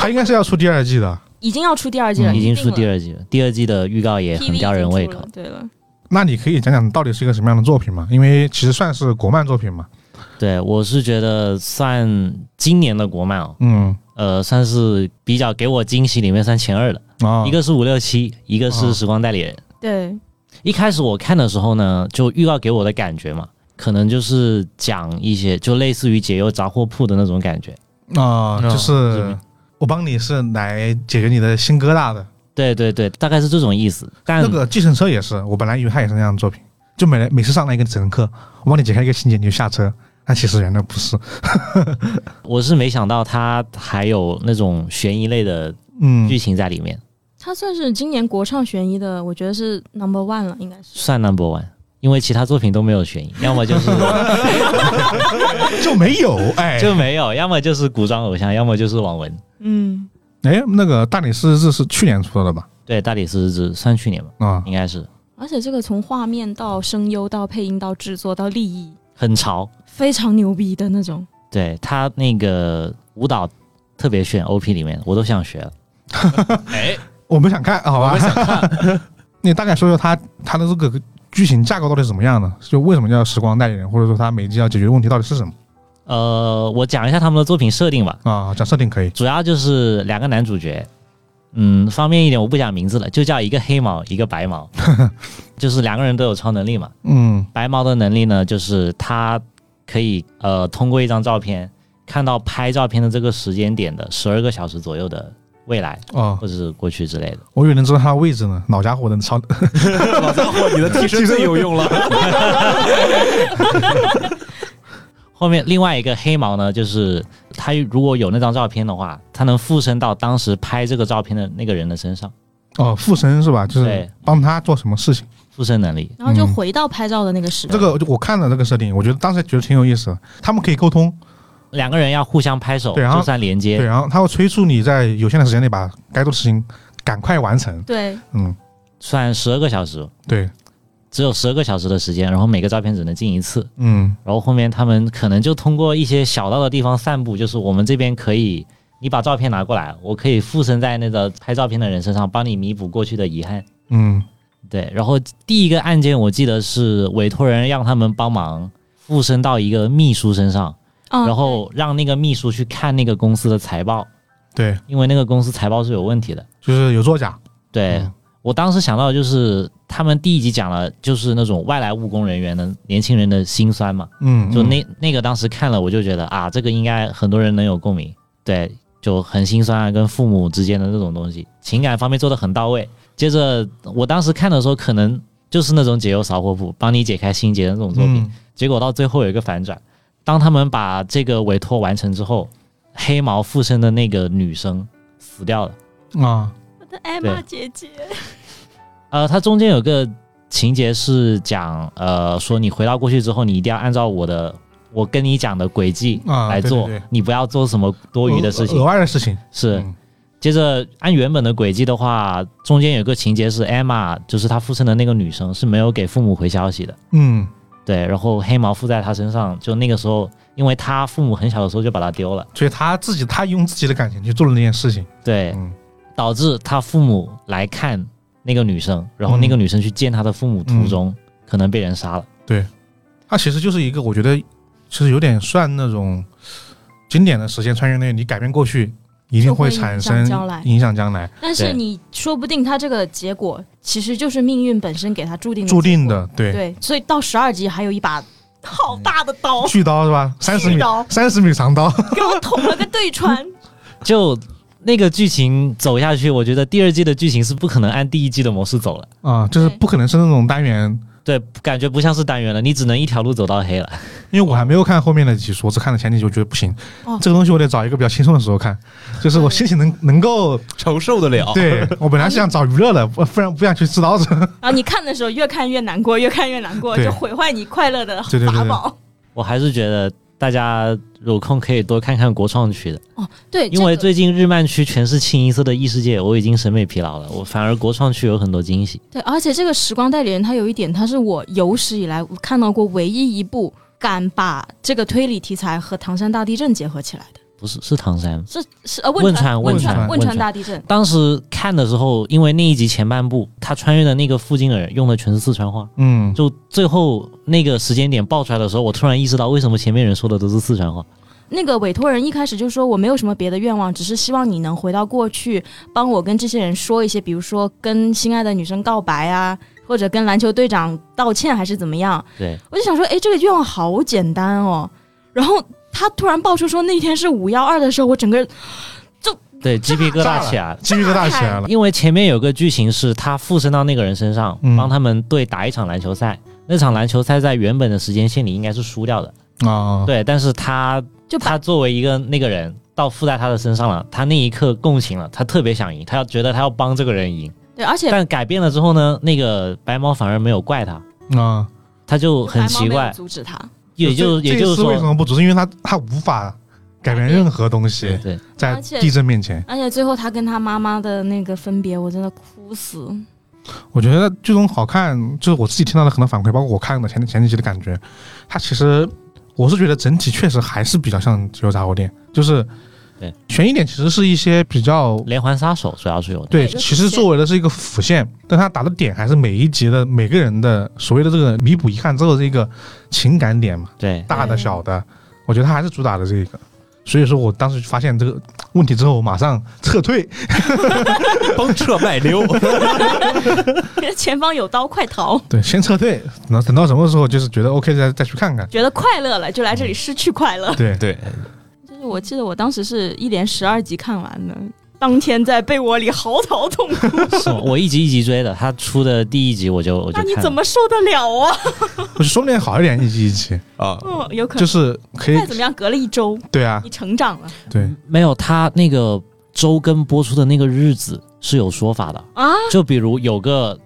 他应该是要出第二季的。已经要出第二季了，嗯已经出第二，二季了。第二季的预告也 PV 很吊人胃口已经出了。对了，那你可以讲讲到底是一个什么样的作品吗？因为其实算是国漫作品嘛。对，我是觉得算今年的国漫哦，嗯呃，算是比较给我惊喜里面算前二的。啊，嗯一个是五六七，一个是哦《时光代理人》对，一开始我看的时候呢，就预告给我的感觉嘛，可能就是讲一些就类似于解忧杂货铺的那种感觉。啊，嗯就是我帮你是来解决你的新疙瘩的。对对对，大概是这种意思。但那个计程车也是，我本来以为它也是那样的作品，就每来每次上来一个乘客，我帮你解开一个情节，你就下车。但其实原来不是，我是没想到它还有那种悬疑类的嗯剧，情在里面，它算是今年国唱悬疑的，我觉得是 number one 了，应该是。算 number one。因为其他作品都没 有悬疑，要么就是就没 有哎，就没有，要么就是古装偶像，要么就是网文。嗯，哎那个大理石日是去年出的了吧？对，大理石之算去年吧，啊，应该是而且这个从画面到声优到配音到制作到立意，很潮。非常牛逼的那种。对他那个舞蹈特别炫，OP 里面我都想学了。哎，我们想看，好吧？我想看。 你大概说说它它的这个剧情架构到底是怎么样的？就为什么叫时光代理人，或者说它每一季要解决的问题到底是什么呃，我讲一下他们的作品设定吧，啊？讲设定可以。主要就是两个男主角，嗯，方便一点我不讲名字了，就叫一个黑毛，一个白毛， 就是两个人都有超能力嘛。嗯白毛的能力呢，就是他可以呃通过一张照片看到拍照片的这个时间点的十二个小时左右的未来哦，或者是过去之类的。我以为能知道它的位置呢，老家伙的超 老家伙，你的替身最有用了。后面另外一个黑毛呢，就是他如果有那张照片的话，他能附身到当时拍这个照片的那个人的身上，哦附身是吧？就是对帮他做什么事情。附身能力。然后就嗯回到拍照的那个时代。这个我看了这个设定，我觉得当时觉得挺有意思的。他们可以沟通，两个人要互相拍手，对然后就算连对，接。然后他会催促你在有限的时间内把该做的事情赶快完成。对，嗯，算十二个小时，对，只有十二个小时的时间，然后每个照片只能进一次。嗯然后后面他们可能就通过一些小道的地方散步，就是我们这边可以，你把照片拿过来，我可以附身在那个拍照片的人身上，帮你弥补过去的遗憾。嗯对，然后第一个案件我记得是委托人让他们帮忙附身到一个秘书身上，嗯然后让那个秘书去看那个公司的财报，对，因为那个公司财报是有问题的。就是有作假。对、嗯我当时想到的就是他们第一集讲了就是那种外来务工人员的年轻人的辛酸嘛，嗯，就嗯那那个当时看了我就觉得啊，这个应该很多人能有共鸣，对，就很心酸啊，跟父母之间的那种东西，情感方面做的很到位。接着我当时看的时候，可能就是那种解忧杂货铺，帮你解开心结的那种作品。嗯结果到最后有一个反转，当他们把这个委托完成之后，黑毛附身的那个女生死掉了。啊我的艾玛对姐姐，呃，它中间有个情节是讲呃说你回到过去之后，你一定要按照我的我跟你讲的轨迹啊来对做，对对呃哦你不要做什么多余的事情。额外的事情是，嗯接着按原本的轨迹的话，中间有个情节是 Emma，就是她附身的那个女生是没有给父母回消息的。嗯，对，然后黑毛附在她身上，就那个时候，因为她父母很小的时候就把她丢了，所以他自己他用自己的感情去做了那件事情，对，嗯导致她父母来看那个女生，然后那个女生去见她的父母途嗯中、可能被人杀了。它其实就是一个我觉得其实有点算那种经典的时间穿越类，你改变过去一定会产生就会影响将来影响将来，但是对你说不定他这个结果其实就是命运本身给他注定的注定结果。的对，嗯对，所以到十二集还有一把好大的刀，巨刀是吧？ 三十巨米刀，三十米长 刀，给我捅了个对穿。就那个剧情走下去，我觉得第二季的剧情是不可能按第一季的模式走了。啊，就是对不可能是那种单元，对，感觉不像是单元了，你只能一条路走到黑了。因为我还没有看后面的几集，我只看了前几集，我觉得不行哦，这个东西我得找一个比较轻松的时候看，就是我心情能能够，哦承受得了。 对我本来是想找娱乐 的，不不然不想去吃刀子，然后你看的时候越看越难过，越看越难过，对就毁坏你快乐的法宝。对对对对我还是觉得大家有空可以多看看国创区的，哦对因为这个最近日漫区全是清一色的异世界，我已经审美疲劳了。我反而国创区有很多惊喜。对，而且这个《时光代理人》它有一点，它是我有史以来我看到过唯一一部敢把这个推理题材和唐山大地震结合起来的，不是是唐山，是是呃汶川川汶汶川汶汶川川大地震。当时看的时候，因为那一集前半部他穿越的那个附近的人用的全是四川话，嗯，就最后那个时间点爆出来的时候，我突然意识到为什么前面人说的都是四川话。那个委托人一开始就说我没有什么别的愿望，只是希望你能回到过去，帮我跟这些人说一些，比如说跟心爱的女生告白啊，或者跟篮球队长道歉，还是怎么样。对，我就想说，哎，这个愿望好简单哦。然后他突然爆出说那天是五幺二的时候，我整个对，鸡皮疙瘩起来。鸡皮疙瘩起来 了，因为前面有个剧情是他附身到那个人身上，嗯帮他们队打一场篮球赛。那场篮球赛在原本的时间线里应该是输掉的，啊，对。但是他就把他作为一个那个人到附在他的身上了，他那一刻共情了，他特别想赢，他要觉得他要帮这个人赢。对，而且但改变了之后呢，那个白猫反而没有怪他，啊，他就很白猫奇没有怪，阻止他。也就这也这一就是次为什说，么不足？是因为他他无法改变任何东对西，对，在而且地震面前，而且最后他跟他妈妈的那个分别，我真的哭死。 我觉得这种好看，就是我自己听到的很多反馈，包括我看的前前几集的感觉，它其实我是觉得整体确实还是比较像《自由杂货店》，就是对悬疑点其实是一些比较。连环杀手主要是有的，对，对其实作为的是一个辅线，但它打的点还是每一集的每个人的所谓的这个弥补遗憾之后的这个情感点嘛。 对大的对小的，我觉得他还是主打的这个。所以说我当时发现这个问题之后，我马上撤退。崩撤卖溜，前方有刀，快逃！对，先撤退，等到等到什么时候就是觉得 OK 再再去看看。觉得快乐了，就来这里失去快乐。对， 对，就是我记得我当时是一连十二集看完的，当天在被窝里嚎啕 痛哭。是我一集一集追的，他出的第一集我就我就那你看怎了，么受得了啊？我就说不定好一点，一集一集，啊，嗯，有可就能。是可以再。怎么样，隔了一周，对啊你，成长了对，没有他那个周更播出的那个日子是有说法的，啊！就比如有个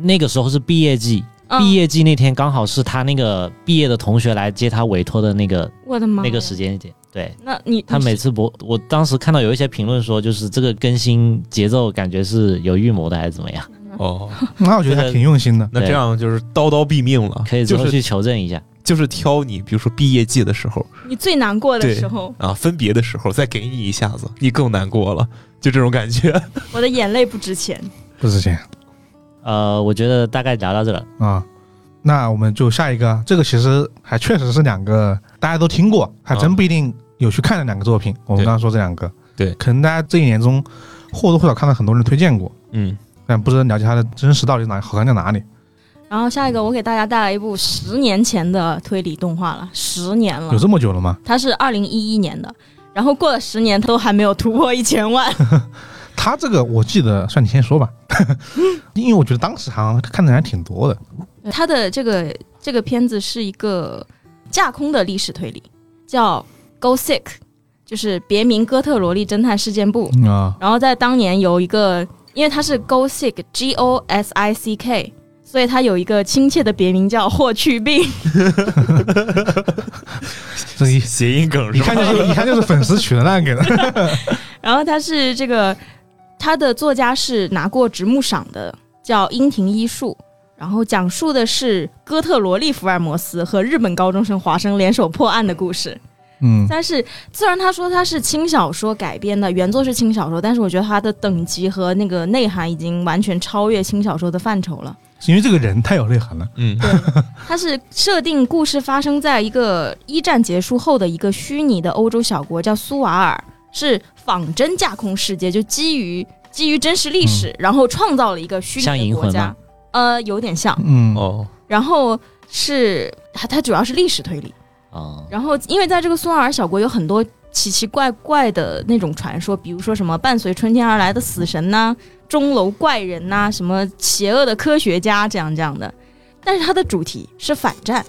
那个时候是毕业季，嗯毕，业季那天刚好是他那个毕业的同学来接他委托的那个我的妈！那个时，间点，对。那你他每次播，我当时看到有一些评论说，就是这个更新节奏感觉是有预谋的，还是怎么样？嗯哦，那我觉得还挺用心的。那这样就是刀刀毙命了，可以之就后是去求证一下。就是挑你，比如说毕业季的时候你最难过的对时候，啊，分别的时候再给你一下子，你更难过了，就这种感觉。我的眼泪不值钱。不值钱呃，我觉得大概聊到这了。啊。嗯那我们就下一个，这个其实还确实是两个大家都听过，还真不一定有去看的两个作品。我们对刚刚说这两个，对可能大家这一年中或多或少看到很多人推荐过，嗯，但不知道了解它的真实到底哪好看在哪里。然后下一个，我给大家带来一部十年前的推理动画了，十年了有，这么久了吗？它是二零一一年的，然后过了十年都还没有突破一千万。他这个我记得，算你先说吧， 因为我觉得当时好像看的人还挺多的。它的这个这个片子是一个架空的历史推理，叫《Go Sick》，就是别名哥特萝莉侦探事件部。嗯啊，然后在当年有一个，因为它是 Go Sick G O S I C K，所以它有一个亲切的别名叫“霍去病这一谐音梗一是吧？看就是一看就是粉丝取的烂梗 了。”，然后它是这个它的作家是拿过直木赏的，叫樱庭一树。然后讲述的是哥特萝莉福尔摩斯和日本高中生华生联手破案的故事。嗯，但是虽然他说他是轻小说改编的，原作是轻小说，但是我觉得它的等级和那个内涵已经完全超越轻小说的范畴了。是因为这个人太有内涵了。嗯，它是设定故事发生在一个一战结束后的一个虚拟的欧洲小国，叫苏瓦尔，是仿真架空世界，就基于基于真实历史，然后创造了一个虚嗯像拟银的国魂家吗。呃，有点像，嗯，哦，然后是它它主要是历史推理。啊、然后，因为在这个苏瓦尔小国有很多奇奇怪怪的那种传说，比如说什么伴随春天而来的死神呐、钟楼怪人呐、什么邪恶的科学家这样这样的。但是它的主题是反战，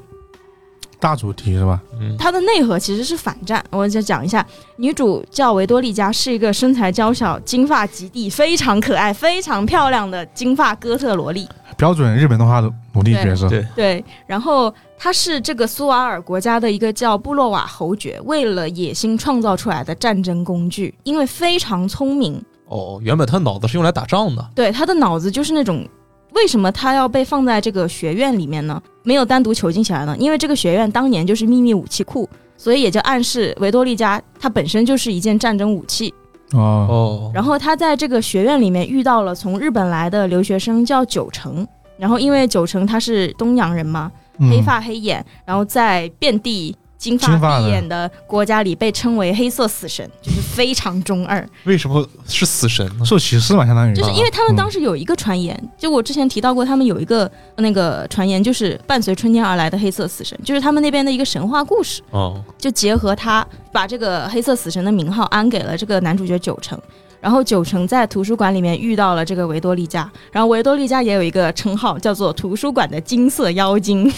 大主题是吧？嗯它的内核其实是反战。我就讲一下，女主叫维多利加，是一个身材娇小、金发及地、非常可爱、非常漂亮的金发哥特萝莉。标准日本动画的奴隶角色。对对，然后他是这个苏瓦尔国家的一个叫布洛瓦侯爵为了野心创造出来的战争工具，因为非常聪明，哦，原本他脑子是用来打仗的，对他的脑子就是那种。为什么他要被放在这个学院里面呢？没有单独囚禁起来呢？因为这个学院当年就是秘密武器库，所以也就暗示维多利加它本身就是一件战争武器。哦，哦，然后他在这个学院里面遇到了从日本来的留学生叫九成，然后因为九成他是东洋人嘛，嗯黑发黑眼，然后在遍地金金发发碧的眼的国家里被称为黑色 死神，就是非常中二。为什么是死神呢？受歧视嘛，相当于就是因为他们当时有一个传言，就我之前提到过，他们有一个那个传言，就是伴随春天而来的黑色死神，就是他们那边的一个神话故事，哦，就结合他把这个黑色死神的名号安给了这个男主角九成。然后九成在图书馆里面遇到了这个维多利加，然后维多利加也有一个称号叫做“图书馆的金色妖精”，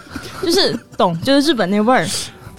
就是懂，就是日本那味儿。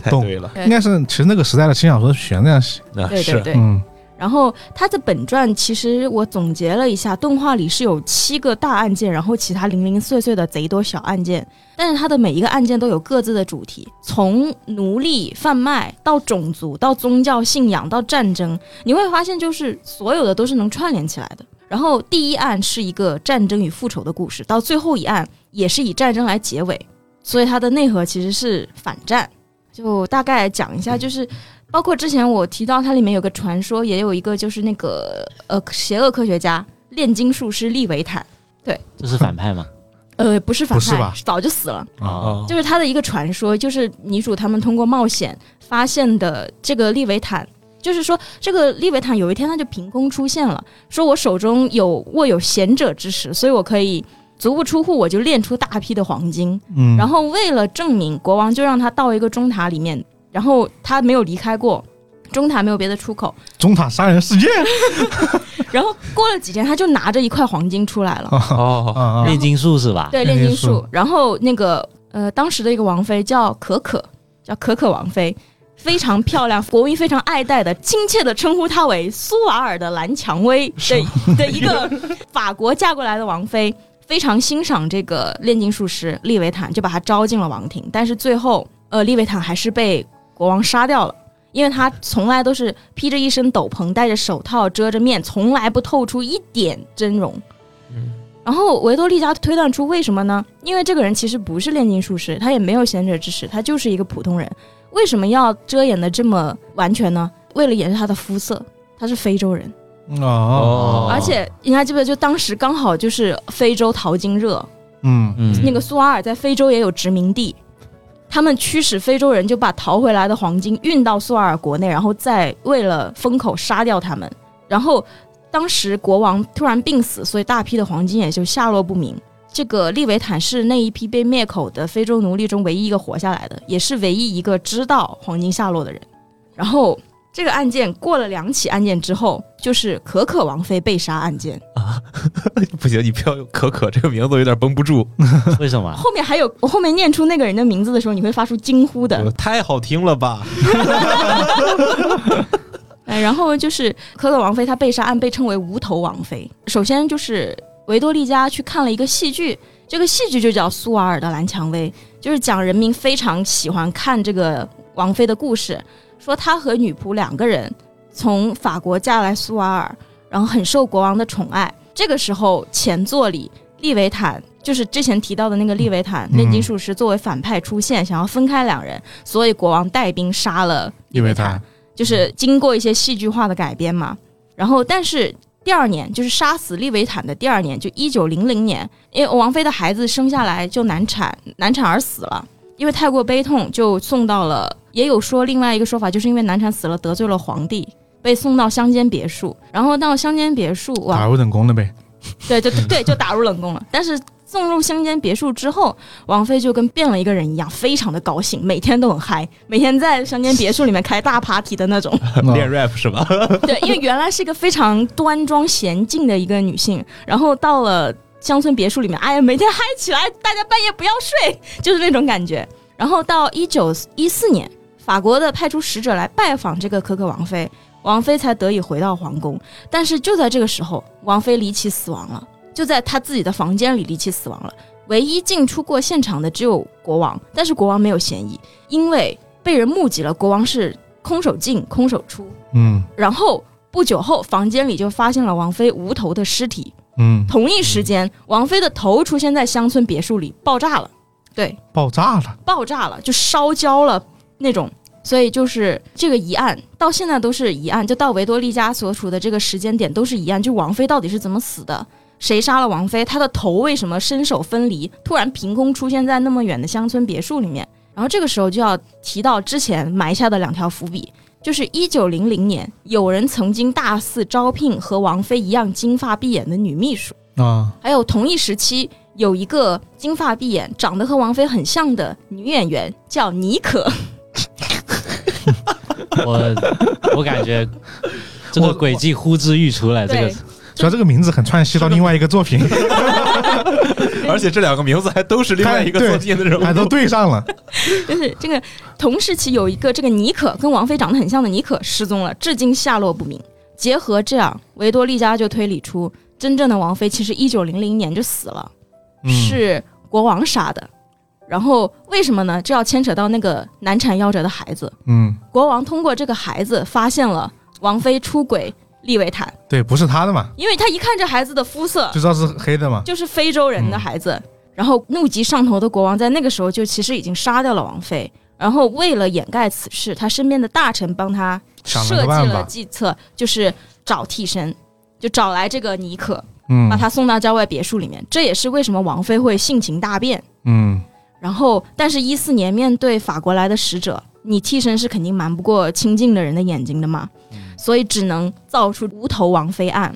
太懂对了，对应该是其实那个时代的轻小说全这样写。那对对啊是对。嗯，然后他的本传其实我总结了一下，动画里是有七个大案件，然后其他零零碎碎的贼多小案件，但是它的每一个案件都有各自的主题，从奴隶贩卖到种族，到宗教信仰，到战争，你会发现就是所有的都是能串联起来的。然后第一案是一个战争与复仇的故事，到最后一案也是以战争来结尾，所以它的内核其实是反战。就大概讲一下，就是包括之前我提到它里面有个传说，也有一个就是那个呃邪恶科学家炼金术师利维坦，这是反派吗？呃不是哦反不是派吧，早就死了。啊，啊，就是他的一个传说，就是女主他们通过冒险发现的这个利维坦，就是说这个利维坦有一天他就凭空出现了，说我手中有握有贤者之石，所以我可以足不出户我就炼出大批的黄金。嗯，然后为了证明，国王就让他到一个中塔里面，然后他没有离开过。中塔没有别的出口，中塔杀人事件然后过了几天，他就拿着一块黄金出来了。啊哦，啊炼金术是吧？对，炼炼金金术术。然后那个呃，当时的一个王妃叫可可，叫可可王妃，非常漂亮， 国民非常爱戴的，亲切的称呼她为苏瓦尔的蓝蔷薇的的一个法国嫁过来的王妃，非常欣赏这个炼金术师利维坦，就把他招进了王庭。但是最后，呃，利维坦还是被国王杀掉了。因为他从来都是披着一身斗篷，戴着手套，遮着面，从来不透出一点真容。然后维多利加推断出为什么呢？因为这个人其实不是炼金术师，他也没有贤者之石，他就是一个普通人。为什么要遮掩的这么完全呢？为了掩饰他的肤色，他是非洲人，哦，而且你还记不记得，就当时刚好就是非洲淘金热，嗯嗯，那个苏瓦尔在非洲也有殖民地，他们驱使非洲人就把逃回来的黄金运到苏瓦尔国内，然后再为了封口杀掉他们。然后当时国王突然病死，所以大批的黄金也就下落不明。这个利维坦是那一批被灭口的非洲奴隶中唯一一个活下来的，也是唯一一个知道黄金下落的人。然后这个案件过了两起案件之后，就是可可王妃被杀案件。不行，你不要用可可这个名字，有点绷不住，为什么？后面还有，我后面念出那个人的名字的时候，你会发出惊呼的。太好听了吧？哎，然后就是可可王妃她被杀案被称为无头王妃。首先就是维多利加去看了一个戏剧，这个戏剧就叫《苏瓦尔的蓝蔷薇》，就是讲人民非常喜欢看这个王妃的故事，说她和女仆两个人从法国嫁来苏瓦尔，然后很受国王的宠爱。这个时候，前座里利维坦。就是之前提到的那个利维坦，炼金术师作为反派出现，想要分开两人，所以国王带兵杀了因为他他就是经过一些戏剧化的改编嘛。然后，但是第二年，就是杀死利维坦的第二年，就一九零零年，因为王菲的孩子生下来就难产，难产而死了，因为太过悲痛，就送到了。也有说另外一个说法，就是因为难产死了，得罪了皇帝，被送到乡间别墅。然后到乡间别墅，哇打，入冷宫了 呗。对，就对，就打入 冷宫了。但是送入乡间别墅之后，王菲就跟变了一个人一样，非常的高兴，每天都很嗨，每天在乡间别墅里面开大 party 的那种。啊练 rap 是吧？ 对，因为原来是一个非常端庄娴静的一个女性，然后到了乡村别墅里面，哎呀，每天嗨起来，大家半夜不要睡，就是那种感觉。然后到一九一四年，法国的派出使者来拜访这个可可王妃，王妃才得以回到皇宫。但是就在这个时候，王妃离奇死亡了，就在她自己的房间里离奇死亡了。唯一进出过现场的只有国王，但是国王没有嫌疑，因为被人目击了，国王是空手进空手出，嗯然后不久后，房间里就发现了王妃无头的尸体。嗯，同一时间，王妃的头出现在乡村别墅里，爆炸了。对，爆炸了。爆炸了，就烧焦了那种。所以就是这个疑案，到现在都是疑案，就到维多利家所处的这个时间点都是疑案，就王妃到底是怎么死的？谁杀了王妃？她的头为什么身首分离，突然凭空出现在那么远的乡村别墅里面？然后这个时候就要提到之前埋下的两条伏笔，就是一九零零年，有人曾经大肆招聘和王妃一样金发碧眼的女秘书。啊，还有同一时期有一个金发碧眼、长得和王菲很像的女演员叫妮可，啊 我我感觉这我个轨迹呼之欲出了，这个对主要这个名字很串戏到另外一个作 品，而且这两个名字还都是另外一个对作品的人物，还都对上了。就是这个同时期有一个这个妮可跟王菲长得很像的妮可失踪了，至今下落不明。结合这样，维多利家就推理出真正的王菲其实一九零零年就死了，嗯， 是国王杀的。然后为什么呢？这要牵扯到那个难产夭折的孩子。嗯，国王通过这个孩子发现了王妃出轨利维坦，对，不是他的嘛，因为他一看这孩子的肤色，就知道是黑的嘛。就是非洲人的嗯孩子。然后怒极上头的国王在那个时候就其实已经杀掉了王妃，然后为了掩盖此事，他身边的大臣帮他想设了个计办了法计策，就是找替身，就找来这个尼可，嗯把他送到郊外别墅里面。这也是为什么王妃会性情大变。嗯，然后，但是，一四年面对法国来的使者，你替身是肯定瞒不过亲近的人的眼睛的嘛，所以只能造出无头王妃案。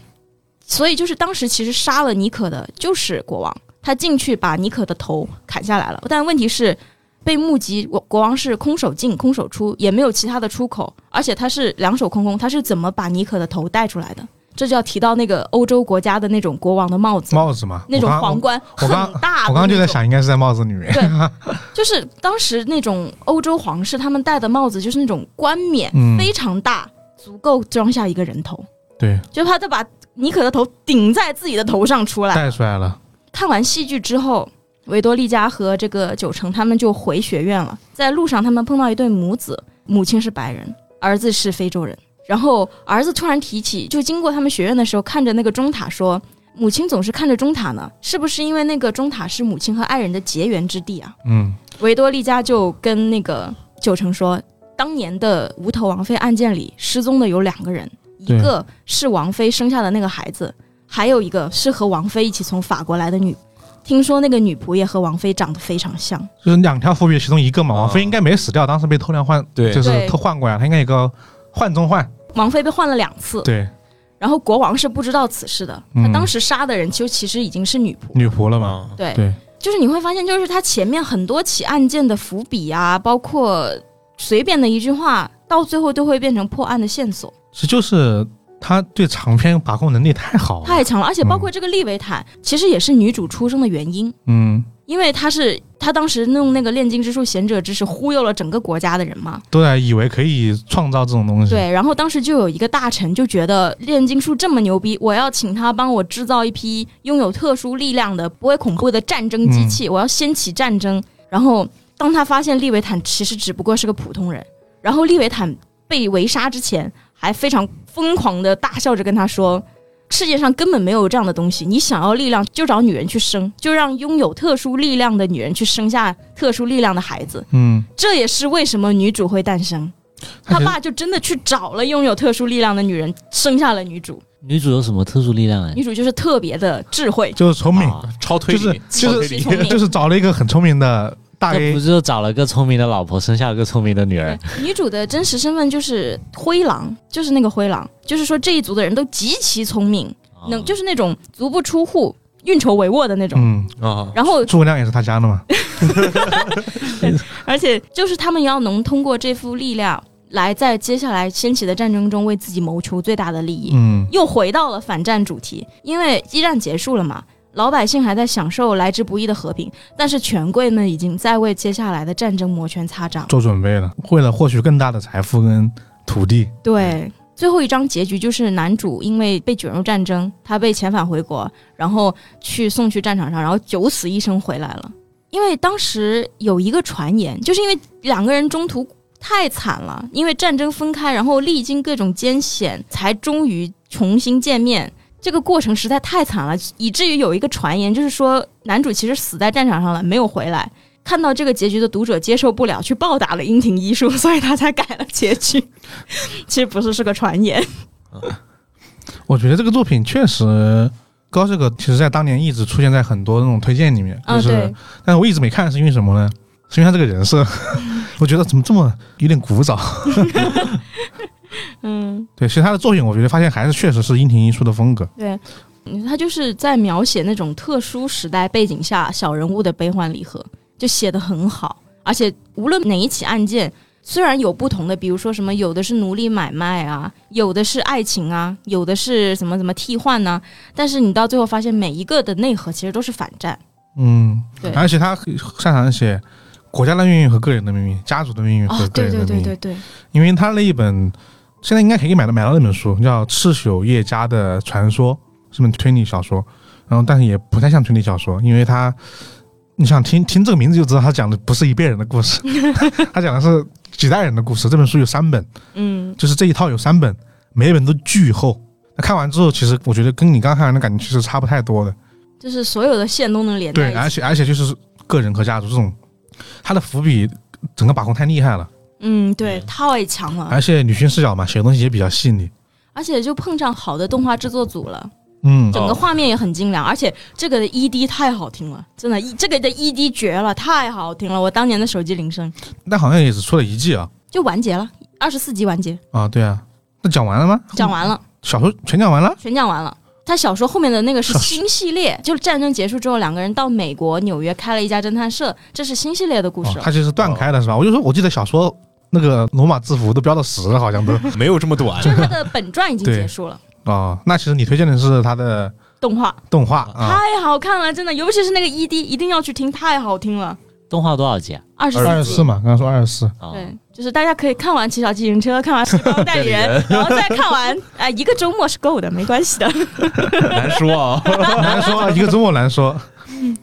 所以，就是当时其实杀了尼可的就是国王，他进去把尼可的头砍下来了。但问题是，被目击，国国王是空手进空手出，也没有其他的出口，而且他是两手空空，他是怎么把尼可的头带出来的？这就要提到那个欧洲国家的那种国王的帽子，帽子嘛，那种我刚皇冠我很刚大的我刚刚就那在种想，应该是在帽子里 面。就是当时那种欧洲皇室他们戴的帽子，就是那种冠冕，嗯非常大，足够装下一个人头， 对，就怕他把尼可的头顶在自己的头上出来。带出来了。看完戏剧之后，维多利加和这个九成他们就回学院了。在路上，他们碰到一对母子，母亲是白人，儿子是非洲人。然后儿子突然提起，就经过他们学院的时候，看着那个钟塔说：“母亲总是看着钟塔呢，是不是因为那个钟塔是母亲和爱人的结缘之地啊？”嗯维多利加就跟那个九成说，当年的无头王妃案件里失踪的有两个人，一对个是王妃生下的那个孩子，还有一个是和王妃一起从法国来的女。听说那个女仆也和王妃长得非常像，就是两条伏笔其中一个嘛，啊王菲应该没死掉，当时被偷梁换，对就是对偷换过来，她应该有个换中换，王妃被换了两次，对，然后国王是不知道此事的，嗯他当时杀的人就其实已经是女仆，女仆了嘛，啊对，对，就是你会发现，就是他前面很多起案件的伏笔啊，包括随便的一句话，到最后都会变成破案的线索。其实就是她对长篇把控能力太好了，太强了，而且包括这个利维坦，其实也是女主出生的原因，嗯，因因为他是他当时弄那个炼金之术、贤者之石忽悠了整个国家的人嘛。都在以为可以创造这种东西，对，然后当时就有一个大臣就觉得炼金术这么牛逼，我要请他帮我制造一批拥有特殊力量的、不会恐怖的战争机器，我要掀起战争。然后当他发现利维坦其实只不过是个普通人，然后利维坦被围杀之前还非常疯狂的大笑着跟他说。世界上根本没有这样的东西。你想要力量，就找女人去生，就让拥有特殊力量的女人去生下特殊力量的孩子。嗯，这也是为什么女主会诞生。他觉他得爸就真的去找了拥有特殊力量的女人，生下了女主。女主有什么特殊力量哎？女主就是特别的智慧，就是聪明，啊超推就理，是聪就明是聪 明就是找了一个很聪明的大这 A，不就找了个聪明的老婆，生下了个聪明的女儿？女主的真实身份就是灰狼，就是那个灰狼，就是说这一族的人都极其聪明，啊能就是是那种足不出户、运筹帷幄的那种。啊嗯，啊，然后，诸葛亮也是他家的嘛，而且就是他们要能通过这副力量，来在接下来掀起的战争中为自己谋求最大的利益。嗯，又回到了反战主题，因为一战结束了嘛，老百姓还在享受来之不易的和平，但是权贵们已经在为接下来的战争摩拳擦掌。 做准备了，为了获取更大的财富跟土地，对，最后一章结局就是男主因为被卷入战争，他被遣返回国，然后去送去战场上，然后九死一生回来了。因为当时有一个传言，就是因为两个人中途太惨了，因为战争分开，然后历经各种艰险，才终于重新见面。这个过程实在太惨了，以至于有一个传言，就是说男主其实死在战场上了，没有回来。看到这个结局的读者接受不了，去报答了樱庭一树，所以他才改了结局。其实不是，是个传言。我觉得这个作品确实。高这个其实在当年一直出现在很多那种推荐里面，就是，啊对，但是我一直没看，是因为什么呢？ 是因为他这个人设， 我觉得怎么这么有点古早。 嗯，对，其实他的作品，我觉得发现还是确实是樱庭一树的风格。对，嗯他就是在描写那种特殊时代背景下小人物的悲欢离合，就写得很好。而且无论哪一起案件，虽然有不同的，比如说什么有的是奴隶买卖啊，有的是爱情啊，有的是什么什么替换呢、但是你到最后发现每一个的内核其实都是反战。嗯，对而且他擅长写国家的命运和个人的命运、家族的命运和哦，个对人的对命运。对对对，因为他那一本现在应该可以买到买到那本书，叫《赤朽叶家的传说》，是本推理小说。然后，但是也不太像推理小说，因为他，你想听听这个名字就知道，他讲的不是一辈人的故 事，他讲的是几代人的故事。这本书有三本，嗯，就是这一套有三本，每一本都巨厚。那看完之后，其实我觉得跟你刚看完的感觉其实差不太多的。就是所有的线都能连在对，一而起。且而且就是个人和家族这种，他的伏笔整个把控太厉害了，啊嗯，哎对，太强了，而且女性视角嘛，写的东西也比较细腻。而且就碰上好的动画制作组了。嗯，整个哦画面也很精良，而且这个的 ED 太好听了，真的，，E，一这个的 ED 绝了，太好听了！我当年的手机铃声但好像也只出了一季啊。就完结了，二十四集完结，啊，对啊，那讲完了吗？讲完了，小说全讲完了。全讲完了。他小说后面的那个是新系列，就是战争结束之后，两个人到美国纽约开了一家侦探社，这是新系列的故事哦了。它其实断开的是吧？我就说，我记得小说那个罗马字符都标到十，好像 都没有这么短就，是他的本传已经对结束了，哦。那其实你推荐的是它的动画动画啊，太好看了，真的，尤其是那个 ED，一定要去听，太好听了。动画多少集啊？二十二十集四嘛，刚刚说二十 四。啊对，就是大家可以看完《骑小自行车》，看完《西方代理人》，然后再看完，哎、一个周末是够的，没关系的。难 说啊。难说，一个周末难说。嗯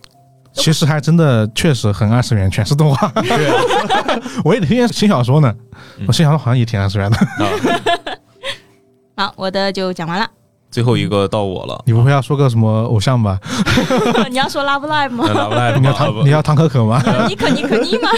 其实还真的确实很二次元，全是动画。 我也推荐新小说呢，嗯我新小说好像也挺二次元的。 好，我的就讲完了。最后一个到我了，你不会要说个什么偶像吧？你要说 Love Live 吗？那 来不来你要吧？唐你要唐可可 吗？你可你可你吗？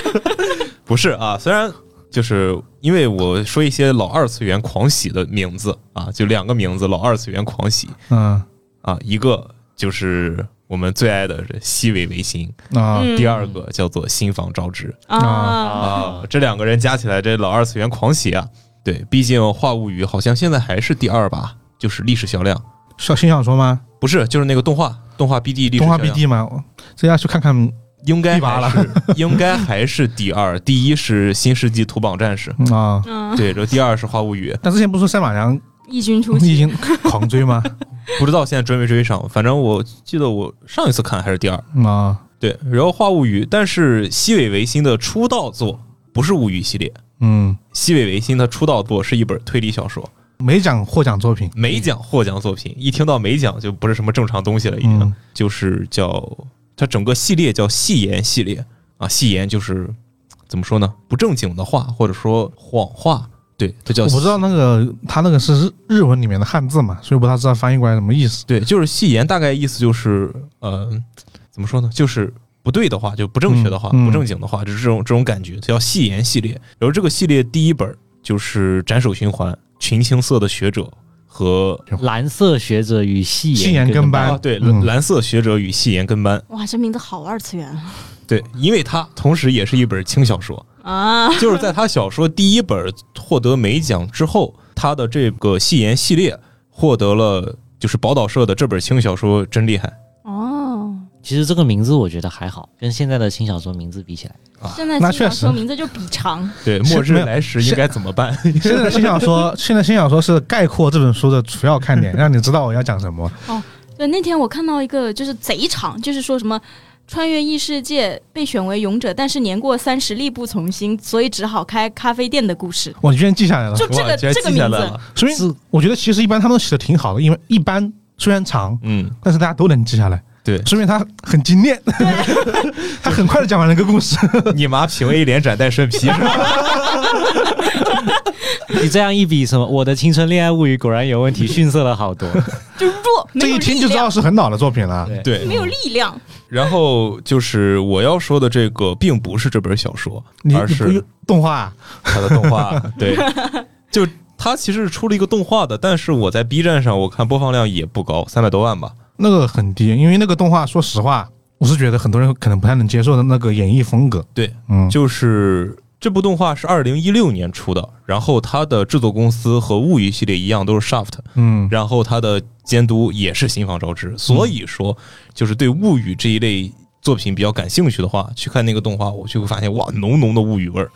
不是啊，虽然就是因为我说一些老二次元狂喜的名字啊，就两个名字，老二次元狂喜嗯啊，一个就是我们最爱的这西尾维新，啊，嗯第二个叫做新房昭之 啊，啊，这两个人加起来，这老二次元狂喜啊。对，毕竟《话物语》好像现在还是第二吧，就是历史销量，小新小说吗？不是，就是那个动画动画 BD 历史动画销量 BD 吗？这要去看看。应该第八还是 应该还是第二，第一是《新世纪土榜战士》，嗯啊，嗯，对，然后第二是《花物语》，但之前不是说赛马娘异军突你已起。经狂 追吗？不知道现在追没追上，反正我记得我上一次看还是第二。嗯啊，对，然后画物语，但是西尾维新的出道作不是物语系列，嗯，西尾维新的出道作是一本推理小说，美奖获奖作品，美奖获奖作品。一听到美奖就不是什么正常东西了，已经、嗯就是叫它整个系列叫戏言系列啊，戏言就是怎么说呢，不正经的话或者说谎话，对，它叫我不知道那个他那个是日日文里面的汉字嘛，所以不太知道翻译过来什么意 思。对，就是戏言，大概意思就是，呃，怎么说呢？就是不对的话，就不正确的话，嗯嗯不正经的话，就是这种这种感觉，叫戏言系列。然后这个系列第一本就是《斩首循环》，群青色的学者和蓝色学者与戏戏言跟跟班啊，对，嗯蓝色学者与戏言跟班，哇，这名字好二次元啊对，因为它同时也是一本轻小说，啊！ 就是在他小说第一本获得美奖之后，他的这个戏言系列获得了就是宝岛社的这本轻小说真厉害。哦，其实这个名字我觉得还好，跟现在的轻小说名字比起来，现在那经常确实说名字就比长，对，是末日没有来时应是该怎么 办？现在的新小说，现在新小说是概括这本书的主要看点，让你知道我要讲什么。对，那天我看到一个就是贼长，就是说什么穿越异世界被选为勇者，但是年过三十力不从心，所以只好开咖啡店的故事。我居然记下来了，就这哇个居然这个记下名来字了，所以是我觉得其实一般他们都写的挺好的，因为一般虽然长，嗯，但是大家都能记下来，，对 说明他很精炼， 他很快的讲完了一个故事。你妈品味连斩带顺皮是 吧？你这样一比，什么我的青春恋爱物语果然 有问题，逊色了好多。就弱，这没有一听力就知道量，是很老的作品了。对对没有力量。然后就是我要说的这个，并不是这本小说，你而你不是用动画，啊它的动 画。对，就它其实是出了一个动画的，但是我在 B 站上我看播放量也不高，三百多万吧。那个很低，因为那个动画，说实话，我是觉得很多人可能不太能接受的那个演绎风格。对，嗯，就是这部动画是二零一六年出的，然后它的制作公司和物语系列一样都是 Shaft，嗯，然后它的监督也是新房昭之，所以说就是对物语这一类作品比较感兴趣的话，去看那个动画，我就会发现哇，浓浓的物语味儿，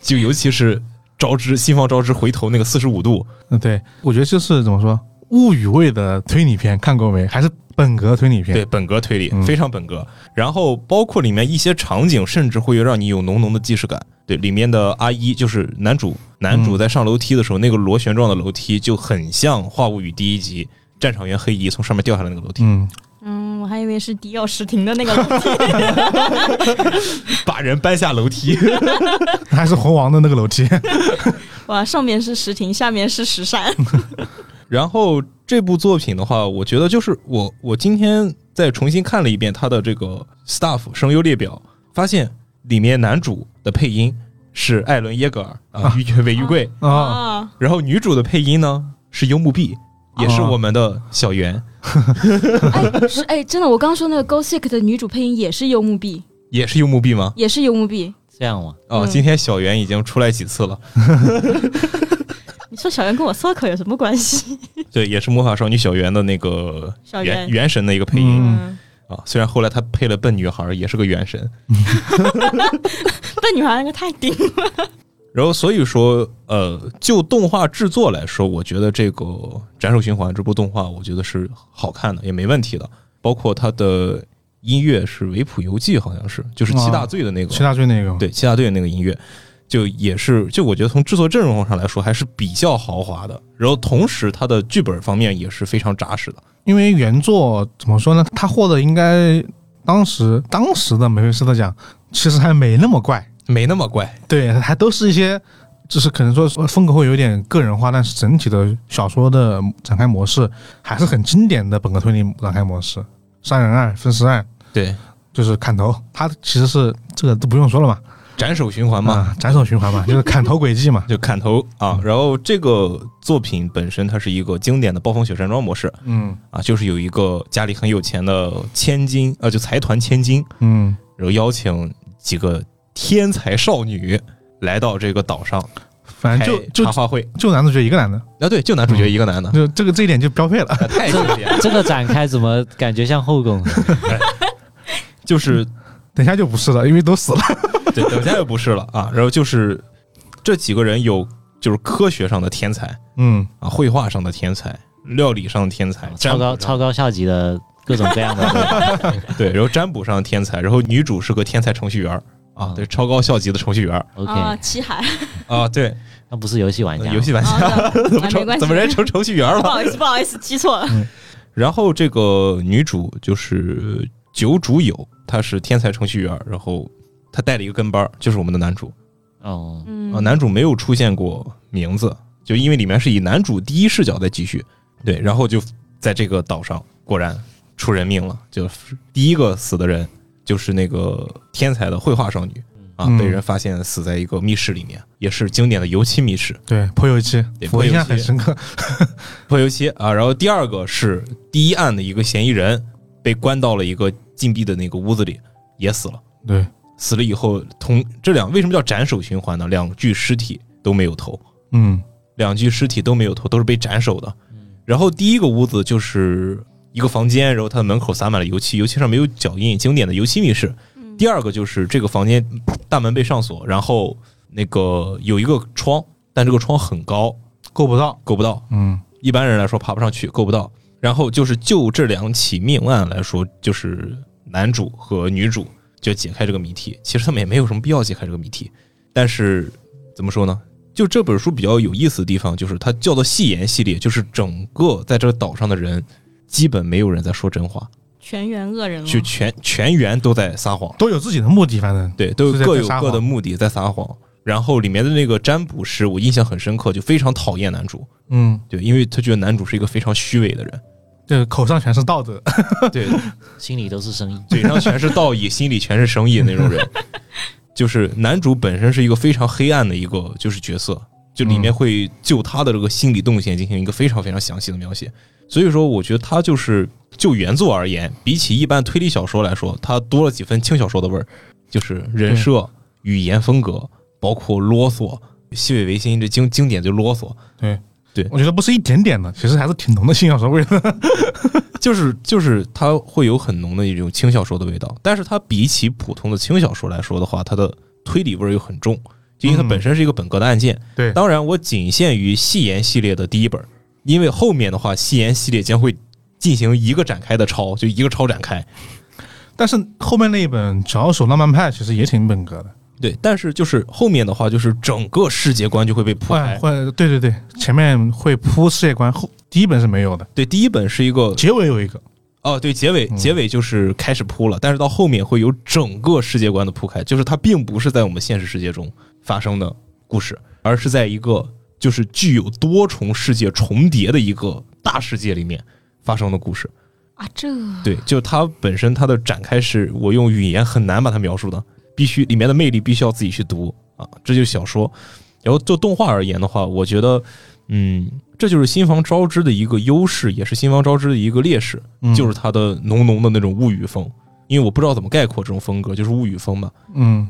就尤其是昭之新房昭之回头那个四十五度，嗯，对，我觉得就是怎么说，物语味的推理片看过没？还是本格推理片？对，本格推理嗯非常本格，然后包括里面一些场景，甚至会让你有浓浓的既视感。对，里面的阿一就是男主，男主在上楼梯的时候，那个螺旋状的楼梯就很像《化物语》第一集战场员黑衣从上面掉下来那个楼梯，嗯，嗯，我还以为是迪奥史廷的 那个把人搬下楼梯。还是猴王的那个楼 梯。哇，上面是石亭，下面是石山。然后这部作品的话，我觉得就是我我今天再重新看了一遍他的这个 staff 声优列表，发现里面男主的配音是艾伦耶格尔啊， 于尾鱼贵，啊，啊，然后女主的配音呢是幽木碧，哦也是我们的小圆，哎，是哎，真的，我刚刚说那个《Go Sick》的女主配音也是幽木碧，也是幽木碧吗？也是幽木碧。这样吗？啊，嗯今天小圆已经出来几 次了，你说小圆跟我 Circle 有什么关 系？对，也是魔法少女小圆的那个小原圆原神的一个配音、嗯，啊，虽然后来她配了笨女孩，也是个原神，但女孩那个太顶了。然后所以说，呃，就动画制作来说，我觉得这个《斩首循环》这部动画，我觉得是好看的，也没问题的。包括它的音乐是《维普游记》，好像是就是七哦大罪的那个，七大罪那个，对七大罪的那个音乐，就也是就我觉得从制作阵容上来说还是比较豪华的。然后同时它的剧本方面也是非常扎实的。因为原作怎么说呢？他获得应该当时当时的梅菲斯特奖，其实还没那么怪，没那么怪，对，还都是一些。就是可能说风格会有点个人化，但是整体的小说的展开模式还是很经典的本格推理展开模式，杀人案、分尸案，对，就是砍头，它其实是这个都不用说了嘛，斩首循环嘛，，啊，斩首循环嘛，就是砍头轨迹嘛就砍头啊。嗯然后这个作品本身它是一个经典的暴风雪山庄模式，嗯啊，就是有一个家里很有钱的千金，呃，就财团千金，嗯，然后邀请几个天才少女来到这个岛上反开正就嗯 就茶话会。就男主角一个男的，啊，对，就男主角一个 男的，就这个这一点就标配了， 啊太经典了。这个展开怎么感觉像 后宫？就是等一下就不是了，因为都死了，对，等下又不是了啊。然后就是这几个人有就是科学上的天才嗯，啊，绘画上的天才，料理上的天才，超占卜高上超高校级的各种各样的对 吧对，然后占卜上的天才，然后女主是个天才程序员儿啊，对，超高校级的程序员儿啊， ，OK，七 海，啊，对，那不是游戏玩呃家，游戏玩家啊怎么啊没成关系怎么人成程序员不了？好意思，不好意思，记错了。然后这个女主就是九主友，她是天才程序员儿，然后她带了一个跟班儿，就是我们的男主哦，嗯啊，男主没有出现过名字，就因为里面是以男主第一视角在继续，对，然后就在这个岛上果然出人命了，就是第一个死的人就是那个天才的绘画少女啊，嗯被人发现死在一个密室里面，也是经典的油漆密室，对，颇有一期对，颇我有一期印象很深刻。泼油漆啊。然后第二个是第一案的一个嫌疑人被关到了一个禁闭的那个屋子里，也死了。对，死了以后，同这两为什么叫斩首循环呢？两具尸体都没有头，嗯，两具尸体都没有头，都是被斩首的。然后第一个屋子就是一个房间，然后它的门口撒满了油漆，油漆上没有脚印，经典的油漆密室。第二个就是这个房间大门被上锁，然后那个有一个窗，但这个窗很高，够不到。够不到，嗯，一般人来说爬不上去，够不到。然后就是就这两起命案来说，就是男主和女主就解开这个谜题。其实他们也没有什么必要解开这个谜题，但是怎么说呢？就这本书比较有意思的地方，就是它叫做“戏言”系列，就是整个在这个岛上的人，基本没有人在说真话，全员恶人了。就全全员都在撒谎。都有自己的目的，反正对，都有是在各在有撒各的谎目的在撒谎。然后里面的那个占卜师，我印象很深刻，就非常讨厌男主，嗯，对，因为他觉得男主是一个非常虚伪的人。这口上全是道德。对，心里都是生意，嘴 上全是道义，心里全是生意那种人。就是男主本身是一个非常黑暗的一个就是角色，就里面会就他的这个心理动线进行一个非常非常详细的描写。所以说，我觉得他就是就原作而言，比起一般推理小说来说，他多了几分轻小说的味儿，就是人设、语言风格，包括啰嗦、细尾维新这经经典就啰嗦，我觉得不是一点点的，其实还是挺浓的性小说味的。就是就是它会有很浓的一种轻小说的味道，但是它比起普通的轻小说来说的话，它的推理味儿又很重，就因为它嗯本身是一个本格的案件。对当然我仅限于戏言系列的第一本，因为后面的话，戏言系列将会进行一个展开的抄，就一个抄展开。但是后面那一本《小手浪漫派》其实也挺本格的，对，但是就是后面的话，就是整个世界观就会被铺哎会开。会对对对，前面会铺世界观，后第一本是没有的，对，第一本是一个结尾有一个。哦，对，结尾结尾就是开始铺了，但是到后面会有整个世界观的铺开，就是它并不是在我们现实世界中发生的故事，而是在一个就是具有多重世界重叠的一个大世界里面发生的故事。啊，这对，就它本身它的展开是我用语言很难把它描述的，必须里面的魅力必须要自己去读啊，这就是小说。然后做动画而言的话，我觉得，嗯，这就是新房招之的一个优势，也是新房招之的一个劣势。嗯就是它的浓浓的那种物语风，因为我不知道怎么概括这种风格，就是物语风嘛。嗯，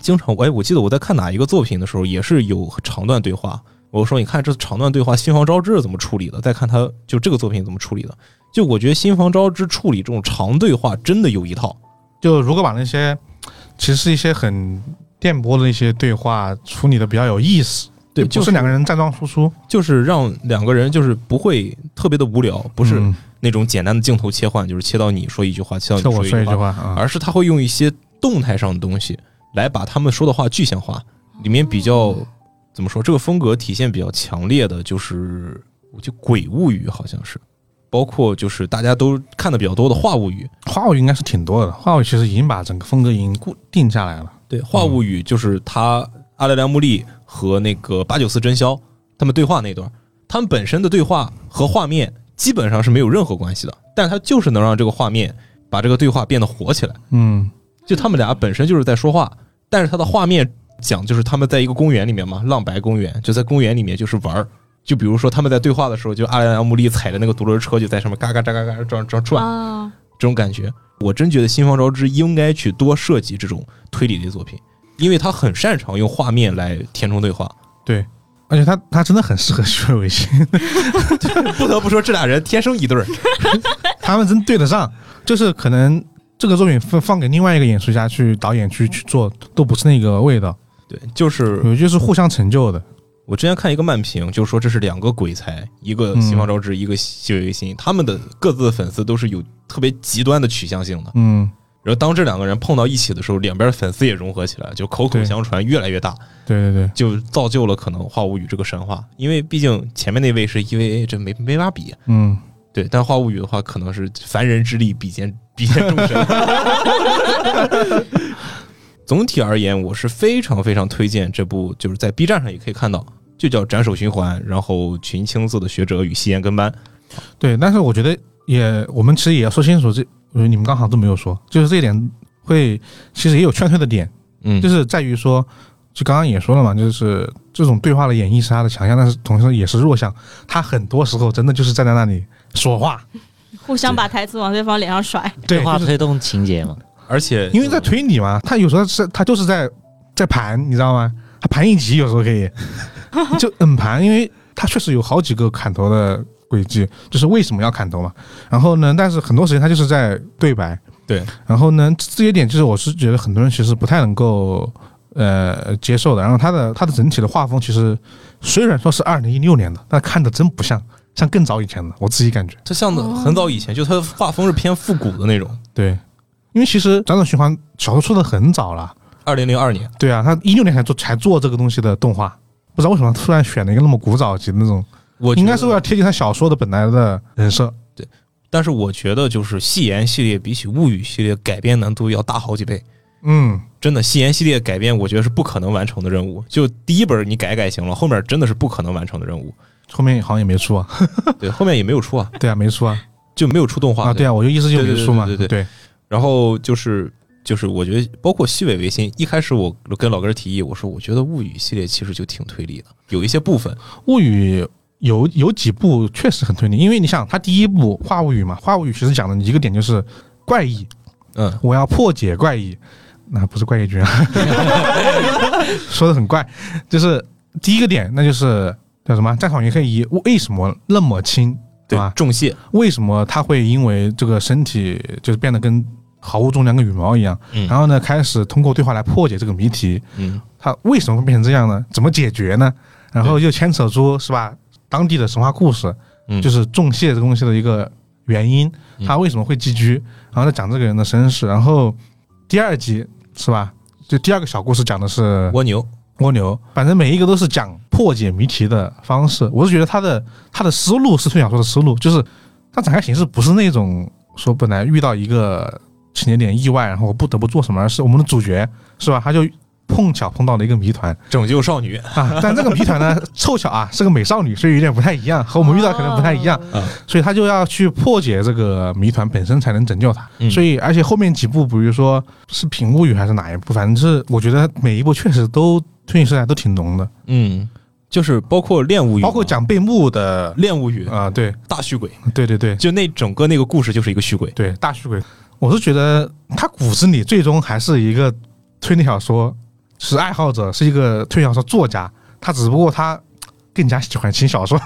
经常，哎，我记得我在看哪一个作品的时候，也是有长段对话。我说，你看这长段对话，新房昭之是怎么处理的？再看他就这个作品怎么处理的。就我觉得新房昭之处理这种长对话真的有一套。就如果把那些其实是一些很电波的一些对话处理的比较有意思，对，就就不是两个人站桩输出，就是让两个人就是不会特别的无聊，不是嗯那种简单的镜头切换，就是切到你说一句话，切到这我你说说一一句句话，话啊，而是他会用一些动态上的东西来把他们说的话具象化。里面比较怎么说，这个风格体现比较强烈的就是，我就鬼物语好像是，包括就是大家都看的比较多的话物语。话语应该是挺多的，话语其实已经把整个风格已经固定下来了。对，话物语就是他阿莱良木利和那个八九四真宵他们对话那段，他们本身的对话和画面基本上是没有任何关系的，但是他就是能让这个画面把这个对话变得火起来。嗯，就他们俩本身就是在说话，但是他的画面讲就是他们在一个公园里面嘛，浪白公园，就在公园里面就是玩儿。就比如说他们在对话的时候，就阿莱昂穆利踩着那个独轮车就在上面嘎嘎嘎嘎嘎这样这样转，啊，这种感觉，我真觉得新方昭之应该去多设计这种推理类作品，因为他很擅长用画面来填充对话。对，而且他他真的很适合虚伪维新，不得不说，这俩人天生一对儿。他们真对得上，就是可能这个作品放放给另外一个演出家去导演去去做，都不是那个味道，对，嗯就是有就是互相成就的。我之前看一个漫评，就说这是两个鬼才，一个嗯西方招之，一个西尾维新，他们的各自的粉丝都是有特别极端的取向性的。嗯，然后当这两个人碰到一起的时候，两边粉丝也融合起来，就口口对相传，越来越大，对对对，就造就了可能花无语这个神话。因为毕竟前面那位是 EVA，这没没法比。啊嗯，对，但花无语的话，可能是凡人之力比肩比肩众神。 总体而言，我是非常非常推荐这部，就是在 B 站上也可以看到，就叫《斩首循环》，然后群青色的学者与夕颜跟班。对。但是我觉得也，我们其实也要说清楚这，我觉得你们刚好都没有说，就是这一点会其实也有劝退的点，嗯，就是在于说，就刚刚也说了嘛，就是这种对话的演绎是他的强项，但是同时也是弱项。他很多时候真的就是站在那里说话，互相把台词往对方脸上甩。对，话就是推动情节嘛。 而且因为在推理嘛，他有时候是他就是在在盘，你知道吗？他盘一集有时候可以就嗯盘，因为他确实有好几个砍头的轨迹，就是为什么要砍头嘛。然后呢，但是很多时间他就是在对白，对，然后呢，这些点就是我是觉得很多人其实不太能够呃接受的。然后它的它的整体的画风其实虽然说是二零一六年的，但看的真不像，像更早以前的，我自己感觉。它像的哦很早以前，就它的画风是偏复古的那种。对，因为其实《辗转循环》小说出的很早了，二零零二年，对啊，他一六年才做才做这个东西的动画，不知道为什么突然选了一个那么古早级的那种，我觉应得该是为了，贴近他小说的本来的人设。但是我觉得就是戏言系列比起物语系列改编难度要大好几倍。嗯，真的，戏言系列改编，我觉得是不可能完成的任务。就第一本你改改行了，后面真的是不可能完成的 任务。后面好像也没出啊， 对，后面也没有出啊，对啊，没出啊，就没有出动画啊，对啊，我就意思就没出嘛，对对对然后就是就是，我觉得包括细尾维新，一开始我跟老根儿提议，我说我觉得物语系列其实就挺推理的，有一些部分，物语有有几部确实很推理，因为你想，他第一部《话物语》嘛，《话物语》其实讲的一个点就是怪异，嗯，我要破解怪异，那、不是怪 异君啊，说的很怪，就是第一个点，那就是叫什么？战场云黑一为什么那么轻，对吧？，重谢，为什么他会因为这个身体就是变得跟毫无重量、跟羽毛一样？嗯然后呢，开始通过对话来破解这个谜题。嗯，他为什么会变成这样呢？怎么解决呢？然后又牵扯出是吧当地的神话故事，嗯就是重谢这东西的一个原因，嗯他为什么会寄居？然后再讲这个人的身世。然后第二集是吧？就第二个小故事讲的是蜗牛，蜗牛，反正每一个都是讲破解谜题的方式。我是觉得他的他的思路是推理小说的思路，就是他展开形式不是那种说本来遇到一个情节点意外，然后我不得不做什么，而是我们的主角是吧？他就碰巧碰到了一个谜团拯救少女，啊，但这个谜团呢，凑巧啊是个美少女，所以有点不太一样，和我们遇到可能不太一样。哦所以他就要去破解这个谜团本身才能拯救他。嗯所以，而且后面几部，比如说是《品物语》还是哪一部，反正是我觉得每一部确实都推理色彩都挺浓的，嗯，就是包括恋物语，包括讲贝木的恋物语啊、对大续鬼，对对对就那整个那个故事就是一个续鬼，对，大虚鬼，我是觉得他骨子里最终还是一个推理小说是爱好者，是一个推理小说作家，他只不过他更加喜欢轻小说，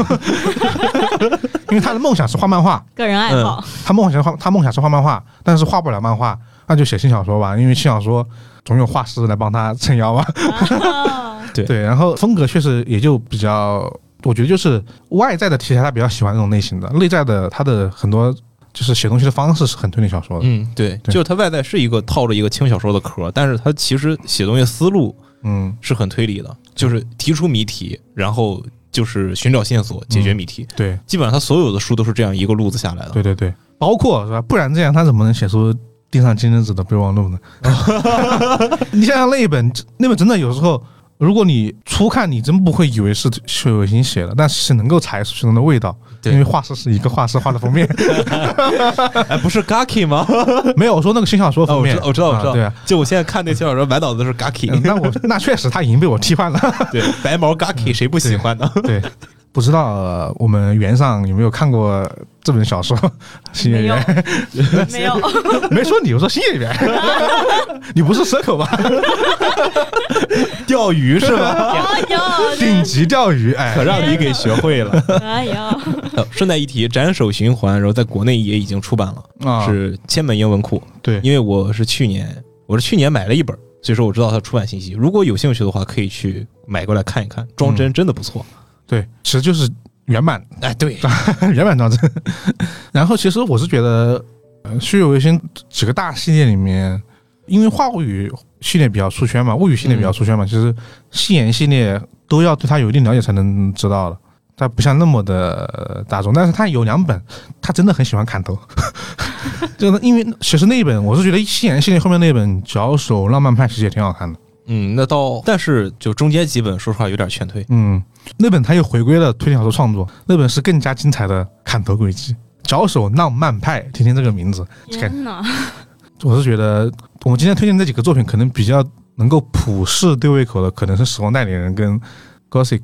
因为他的梦想是画漫画，个人爱好，他梦想画，他梦想是画漫画，但是画不了漫画，那就写新小说吧，因为新小说总有画师来帮他撑腰嘛。嗯啊对对，然后风格确实也就比较，我觉得就是外在的题材他比较喜欢这种类型的，内在的他的很多就是写东西的方式是很推理小说的。嗯，对，对就是它外在是一个套着一个轻小说的壳，但是它其实写东西思路嗯，是很推理的，就是提出谜题，然后就是寻找线索，解决谜题。对，基本上他所有的书都是这样一个路子下来的。嗯对对对，包括是吧？不然这样他怎么能写出？地上金针子的备忘录呢？ 你想想那一本，那本真的有时候，如果你初看，你真不会以为是是有心写的，但是能够踩出其中的味道。因为画师是一个画师画的封面， 哎，不是 Gaki 吗？没有我说那个新小说啊，封我面知，道，我知道，我知啊道。对 啊，就我现在看那小小说，满脑子都是 Gaki，、嗯那我那确实他已经被我替换了。 对，白毛 Gaki 谁不喜 欢呢？嗯对，不知道呃我们原上有没有看过这本 小说《 新演 没有员》？没有，哦没说你，我说新演 员，你不是蛇口吧？钓鱼是吧？哎呦，顶级钓鱼，哎可，让你给学会 了。哎呦，呃顺带一提，《斩首循环》然后在国内也已经出版了，啊，是千本英文库。对，因为我是去年，我是去年买了一本，所以说我知道它出版信息。如果有兴趣的话，可以去买过来看一看，装帧真的不错。对，其实 就是原版嗯哎，对， 原版装帧。然后其实我是觉得，呃呃《虚有维新》几个大系列里面，因为《话物语》系列比较出圈嘛，《物语》系列比较出圈嘛，其实戏言系列都要对它有一定了解才能知道的。它不像那么的呃大众，但是它有两本，他真的很喜欢砍头， 就是因为其实那一本我是觉得戏言系列后面那一本《脚手浪漫派》其实也挺好看的，嗯，那到但是就中间几本，说实话有点劝退。嗯，那本他又回归了推理小说创作，那本是更加精彩的砍头轨迹，《脚手浪漫派》，听听这个名字，天哪，我是觉得我们今天推荐这几个作品，可能比较能够普世对胃口的，可能是《时光代理人》跟《Gossip》。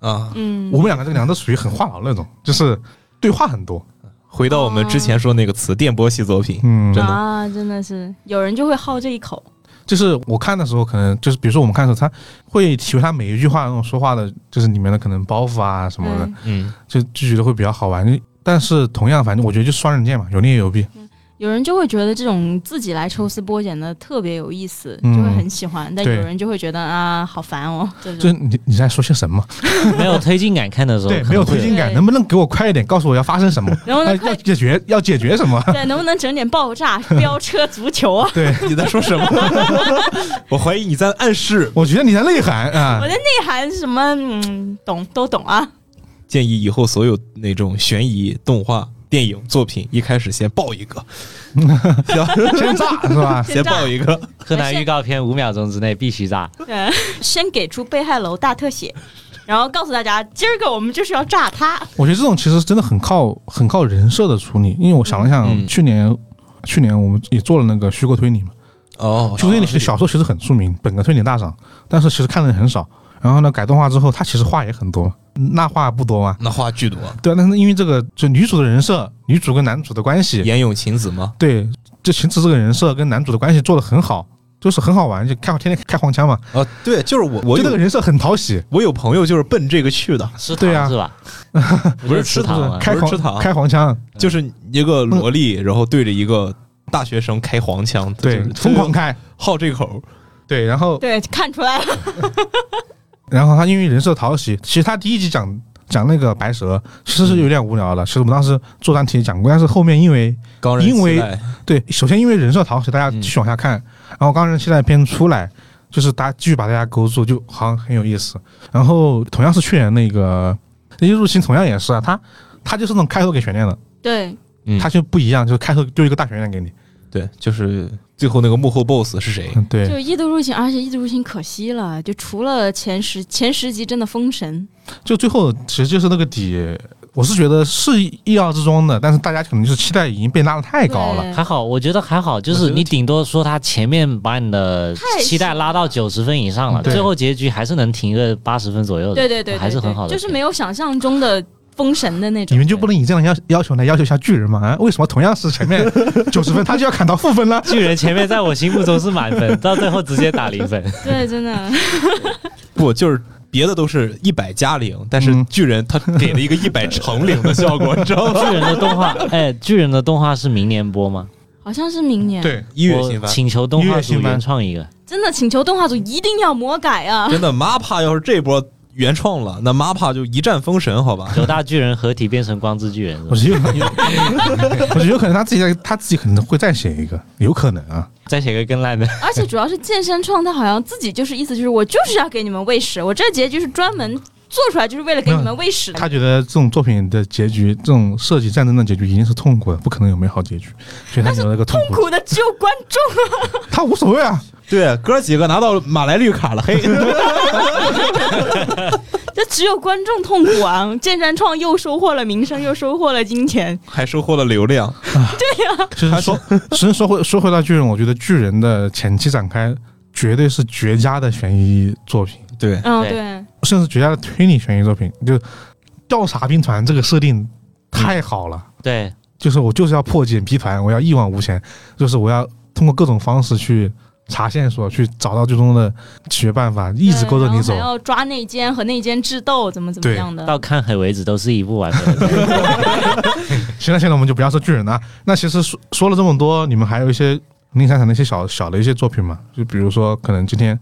啊，嗯，我们两个这个两个都属于很话痨那种，就是对话很多。回到我们之前说那个词，电波系作品，嗯真的啊，真的是有人就会好这一口，就是我看的时候，可能就是比如说我们看的时候，他会体会他每一句话那种说话的，就是里面的可能包袱啊什么的，嗯嗯，就就觉得会比较好玩。但是同样，反正我觉得就双刃剑嘛，有利也有弊。有人就会觉得这种自己来抽丝剥茧的特别有意思，嗯就会很喜欢；但有对人就会觉得啊，好烦哦。这就是种你你在说些什么？没有推进感，看的时候对，可没有能会推进感，对能不能给我快一点，告诉我要发生 什么？能不要能要快解决要解决什么？对，能不能整点爆炸、飙车、足球 啊？对，嗯你在说什么？ 我怀疑你在暗示。我觉得你在内涵啊我。的内涵什么，嗯，懂都懂啊。建议以后所有那种悬疑动画、电影作品，一开始先爆一个， 先炸是吧？先爆一个。柯南预告片五秒钟之内必须炸， 对，先给出被害楼大特写，然后告诉大家，今儿个我们就是要炸他。我觉得这种其实真的很靠很靠人设的处理，因为我想了想，嗯去年去年我们也做了那个虚构推理嘛，哦虚构推理其实小说其实很出名，本科推理大赏，但是其实看的人很少。然后呢，改动画之后，它其实话也很多，那话不多嘛。那话剧多，对啊，但是因为这个，就女主的人设，女主跟男主的关系，岩咏晴子吗？对，就晴子这个人设跟男主的关系做的很好，就是很好玩，就开天天开黄腔嘛，啊，对，就是我，我就这个有人设很讨喜，我有朋友就是奔这个去的，食对啊堂是吧？ 不是食堂啊，开不是吃糖黄开黄腔，就是一个萝莉，然后对着一个大学生开黄腔，对就是，疯狂开，好这口，对，然后对，看出来了。然后他因为人设讨喜，其实他第一集讲讲那个白蛇，其实是有点无聊的。其实我们当时做专题也讲过，但是后面因为刚人因为期待对，首先因为人设讨喜，大家嗯继续往下看。然后《钢人期待篇》出来，就是大家继续把大家勾住，就好像很有意思。然后同样是去年那个《一入侵》，同样也是啊，他他就是那种开头给悬念的，对，嗯他就不一样，就是开头丢一个大悬念给你。对，就是最后那个幕后 BOSS 是谁？嗯，对，就异度入侵，而且异度入侵可惜了，就除了前十前十集真的封神，就最后其实就是那个底，我是觉得是意料之中的，但是大家可能就是期待已经被拉得太高了。对还好，我觉得还好，就我觉是得你顶多说他前面把你的太期待拉到九十分以上了，对最后结局还是能停个八十分左右的，对对对对，还是很好的对片，就是没有想象中的封神的那你种。们就不能以这样要要求来要求一下巨人吗？啊，为什么同样是前面 九十分，他就要砍到负分了？巨人前面在我心目中是满 分，到最后直接打零分。对，真的， 不，就是别的都是一百加零，但是嗯巨人他给 了一个一百乘零的效果，你知道吗？巨人的动 画，哎，巨人的动画是明年播吗？ 好像是明年。，对，一月新我番，请求动一画月组新番原创一个，真的请求动画组一定要魔改啊！真的 MAPPA 要是这波原创了，那 MAPPA 就一战封神，好吧？九大巨人合体变成光之巨人是吧我觉得有可 能，我觉得有可能他自己在他自己可能会再写一个，有可能啊。再写个更烂的，而且主要是健身创，他好像自己就是意思就是我就是要给你们喂食，我这结局是专门做出来就是为了给你们喂食的。他觉得这种作品的结局，这种设计战争的结局一定是痛苦的，不可能有美好结局，所以他留了个痛痛苦，苦的只有观众，他无所谓啊。对，哥几个拿到马来绿卡了， 嘿，这只有观众痛苦啊！健身创又收获了名声，又收获了金钱，还收获了流量。其实说，其实说回说回到巨人，我觉得巨人的前期展开绝对是绝佳的悬疑作品，对，嗯，对对，甚至绝佳的推理悬疑作品。就调查兵团这个设定太好了。 对，就是我就是要破解谜团，我要一往无前，就是我要通过各种方式去查线索，去找到最终的解决办法，一直勾着你走然后还。要抓内奸和内奸智斗，怎么怎么对样的。到看海为止都是一部完美的 作品。行了行了，我们就不要说巨人了。那其实说说了这么多，你们还有一些零零散散的一些小小的一些作品嘛？就比如说，可能今天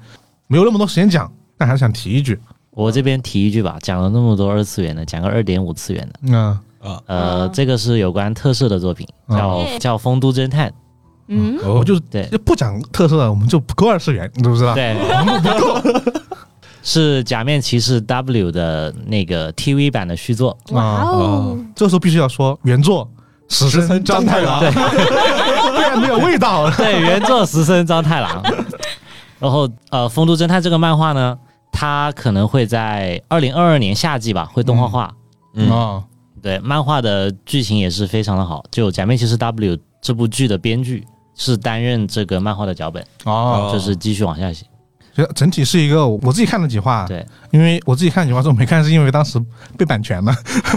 没有那么多时间讲，但还是想提一句，我这边提一句吧，讲了那么多二次元的，讲个二点五次元的。嗯、啊、啊呃，啊这个是有关特摄的作品，叫嗯叫《丰都侦探嗯，我就对不讲特色了，我们就不够二次元，你知不知》，道？啊对， 是假面骑士 W 的那个 TV 版的续作，哇啊哦，这时候必须要说原作死神张太郎，对不然没有味道。对，原作石森章太郎。 然后呃，《丰都侦探》这个漫画呢，它可能会在二零二二年夏季吧会动画化。嗯啊，对，漫画的剧情也是非常的好。就《假面骑士 W》这部剧的编剧是担任这个漫画的脚本，哦，就是继续往下写。其实整体是一个我自己看了几话，对，因为我自己看几话之后没看，是因为当时被版权了，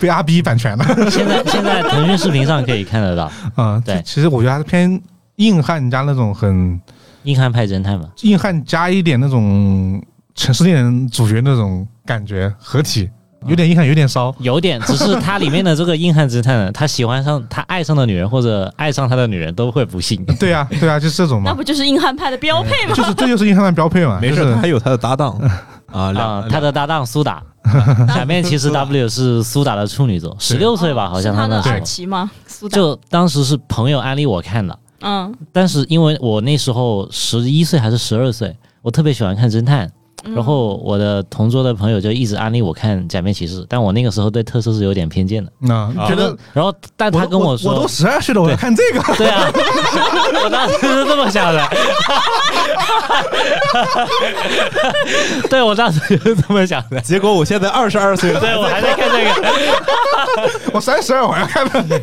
被阿 B 版权了。现在 现在腾讯视频上可以看得到《嗯，对其实我觉得还是偏硬汉加那种很硬汉派侦探》嘛。硬汉加一点那种城市猎人主角那种感觉合体，有点硬汉，有点骚。有点，只是它里面的这个硬汉侦探呢，他喜欢上他爱上的女人或者爱上他的女人都会不幸。对啊，对啊，就是这种那嘛，不就是硬汉派的标配 吗？就是这就是硬汉的标配嘛。没就事，是他还有他的搭档啊，啊、两他的搭档苏打，假面骑士 W 是苏打的处女作，十是六岁吧，好像是他那的时耳候。骑吗？苏打，就当时是朋友安利我看的，嗯，但是因为我那时候十一岁还是十二岁，我特别喜欢看侦探，嗯然后我的同桌的朋友就一直安利我看假面骑士，但我那个时候对特色是有点偏见的，那啊觉得然后但他跟我说，都十二岁了，我要看这个，对啊， 我当时是这么想的， 对我当时就是这么想的，结果我现在二十二岁了，对我还在看这个。 我三十二我要看的。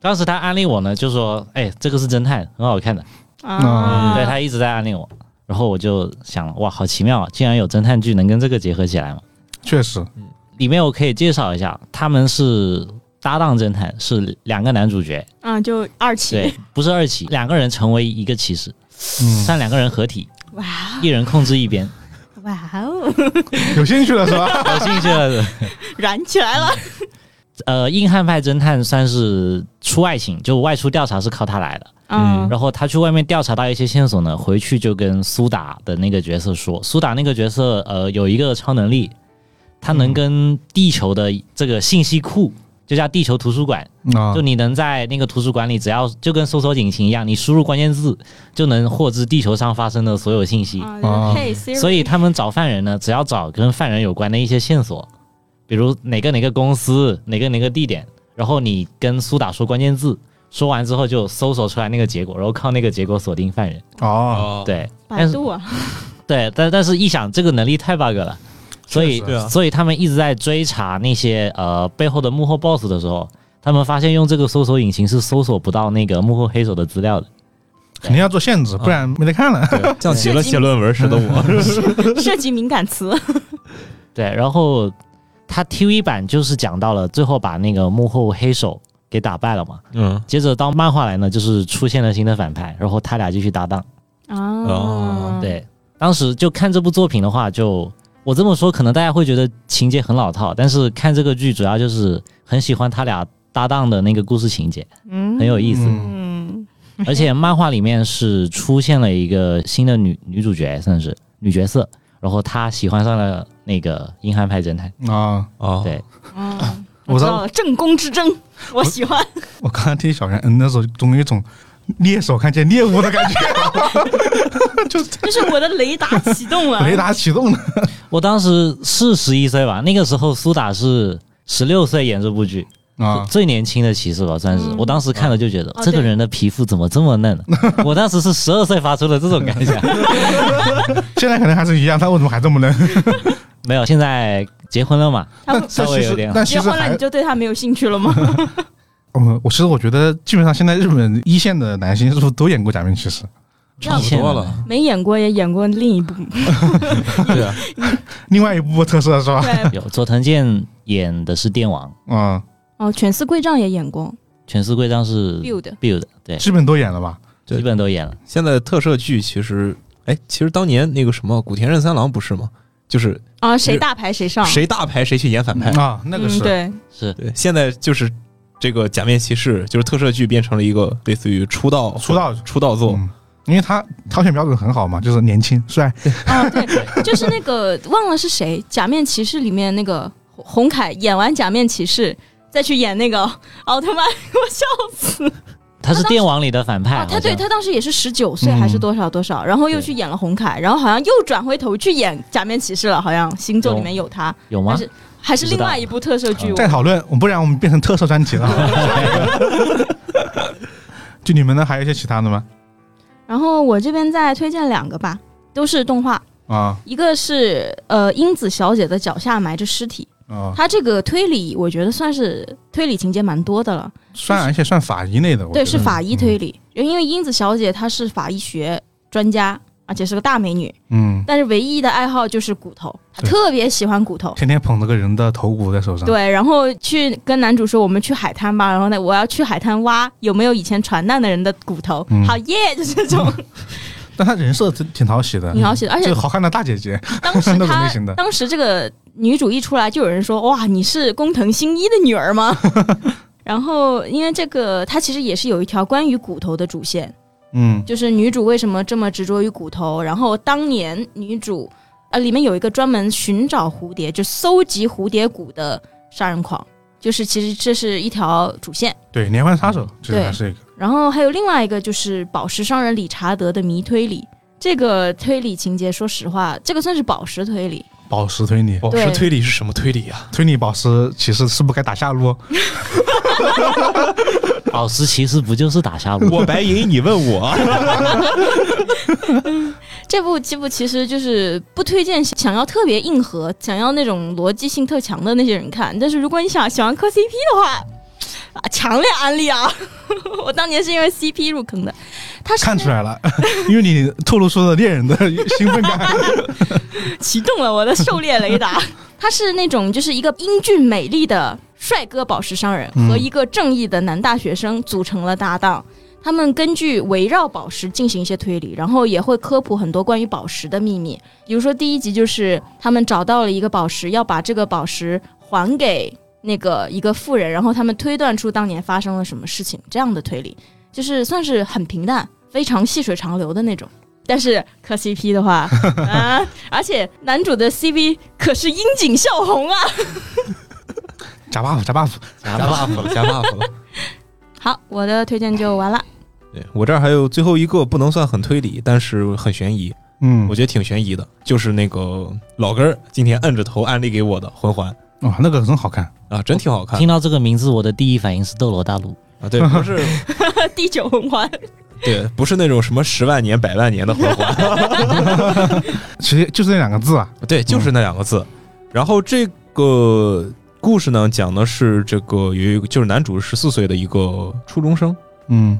当时他安利我呢，就说：“哎，这个是侦探，很好看的。嗯啊，对他一直在安利我，然后我就想了，哇，好奇妙啊！竟然有侦探剧能跟这个结合起来嘛？确实，里面我可以介绍一下，他们是搭档侦探，是两个男主角，嗯，就二骑对，不是二骑，两个人成为一个骑士，嗯，但两个人合体，哇哦一人控制一 边。哇哦， 有兴趣了是吧？有兴趣的，燃起来了！呃，硬汉派侦探算是出外勤，就外出调查是靠他来的。嗯，然后他去外面调查到一些线索呢，回去就跟苏打的那个角色说，苏打那个角色呃有一个超能力，他能跟地球的这个信息库，就叫地球图书馆，啊就你能在那个图书馆里，只要就跟搜索引擎一样，你输入关键字就能获知地球上发生的所有信息。啊啊嘿嗯，Siri，所以他们找犯人呢，只要找跟犯人有关的一些线索，比如哪个哪个公司、哪个哪个地点，然后你跟苏打说关键字，说完之后就搜索出来那个结果，然后靠那个结果锁定犯人。哦，哦，对，百但是度啊，对，但但是一想这个能力太 bug 了，所以确实对啊所以他们一直在追查那些呃背后的幕后 boss 的时候，他们发现用这个搜索引擎是搜索不到那个幕后黑手的资料的。肯定要做限制，不然没得看了。对像极了写论文似的我，涉及敏 感词，对，然后他 TV 版就是讲到了最后把那个幕后黑手给打败了嘛。嗯，接着到漫画来呢，就是出现了新的反派，然后他俩继续搭档。哦啊，，对，当时就看这部作品的话就，我这么说，可能大家会觉得情节很老套，但是看这个剧主要就是很喜欢他俩搭档的那个故事情节，嗯很有意思。嗯，嗯，而且漫画里面是出现了一个新的女女主角，算是女角色，然后她喜欢上了那个硬汉派侦探。啊，哦，对，嗯，我我知知道道了，正宫之争，我喜欢，我刚刚听小袁嗯的时候，总有一种猎手看见猎物的感觉，就是就是我的雷达启动了， 雷达启动了。我当时是十一岁吧，那个时候苏打是十六岁演这部剧，啊，最年轻的骑士吧，算是。嗯我当时看了就觉得、哦这个人的皮肤怎么这么嫩、啊 我当时是十二岁发出了这种感想，现在可能还是一样，他为什么还这么嫩？没有，现在结婚了嘛，他 那们这稍微其有实点，那其结实婚了还你，就对他没有兴趣 了吗？嗯，我其实我觉得基本上现在日本一线的男星是不是都演过假面骑士？差不多了。没演过也演过另一部，对啊，另外一部特色是吧？对，有佐藤健演的是电王，啊，哦，犬饲贵丈也演过全司贵丈是 build， build，对，基本都演了吧？对基本都演了。现在特摄剧其实，哎，其实当年那个什么古田任三郎不是吗？就是啊，谁大牌谁上，谁大牌谁去演反派。啊，那个嗯是对，是对，现在就是这个假面骑士，就是特摄剧变成了一个类似于出道出道出道作。嗯，因为他挑选标准很好嘛，就是年轻帅啊，对，就是那个忘了是谁，《假面骑士》里面那个洪凯演完假面骑士，再去演那个奥特曼，我笑死。他是电网里的反派，啊，他对哎好像他当时也是十九岁嗯还是多少多少，然后又去演了红凯，然后好像又转回头去演假面骑士了，好像星座里面有他，有吗还？是还是不知另道啊外一部特摄剧。再讨论，我不然我们变成特色专题了好 吧。就你们呢，还有一些其他的吗？然后我这边再推荐两个吧，都是动画，啊一个是呃英子小姐的脚下埋着尸体，啊，它这个推理我觉得算是推理情节蛮多的了，算而且算法医类的，我对，觉是得嗯法医推理，因为英子小姐她是法医学专家，而且是个大美女，嗯，但是唯一的爱好就是骨头，她对特别喜欢骨头。天天捧着个人的头骨在手上，，对，然后去跟男主说我们去海滩吧，然后呢，我要去海滩挖有没有以前船难的人的骨头，嗯好耶，就是这 种但他人设挺挺讨喜的，挺好写的。而就且是好看的大姐姐，当时那种类他型的当时这个女主一出来，就有人说哇，你是工藤新一的女儿吗？ 然后因为这个，它其实也是有一条关于骨头的主线，嗯就是女主为什么这么执着于骨头，然后当年女主呃里面有一个专门寻找蝴蝶，就搜集蝴蝶骨的杀人狂，就是其实这是一条主线。对，连环杀手，这嗯对还是一个，然后还有另外一个就是宝石商人理查德的谜推理，这个推理情节，说实话，这个算是宝石推理，宝石推理，宝对石推理是什么推理啊？推理宝石骑士是不是该打下路？宝石骑士不就是打下路？我白银，你问我，这部这部其实就是不推荐想要特别硬核、想要那种逻辑性特强的那些人看。但是如果你想喜欢磕 CP 的话，啊，强烈安利啊！ 我当年是因为 CP 入坑的，它是看出来了， 因为你透露出了猎人的 兴奋感。启动了我的狩猎雷达。他是那种就是一个英俊美丽的帅哥宝石商人和一个正义的男大学生组成了搭档。他们根据围绕宝石进行一些推理，然后也会科普很多关于宝石的秘密。比如说第一集就是他们找到了一个宝石，要把这个宝石还给那个一个富人，然后他们推断出当年发生了什么事情，这样的推理就是算是很平淡、非常细水长流的那种。但是磕 CP 的话，啊，而且男主的 CV 可是樱井孝宏啊。加 buff 加 buff，加 buff 了，加 buff 了。好，我的推荐就完了。对我这儿还有最后一个不能算很推理，但是很悬疑，嗯我，觉得挺悬疑的，就是那个老根儿今天摁着头安利给我的《魂环》哇，哦那个很好看，啊，真挺好看听到这个名字，我的第一反应是斗罗大陆。啊。对，不是第九魂环，对，不是那种什么十万年、百万年的魂环，其实就是那两个字啊，对，就是那两个字。然后这个故事呢，讲的是这个有一个就是男主十四岁的一个初中生，嗯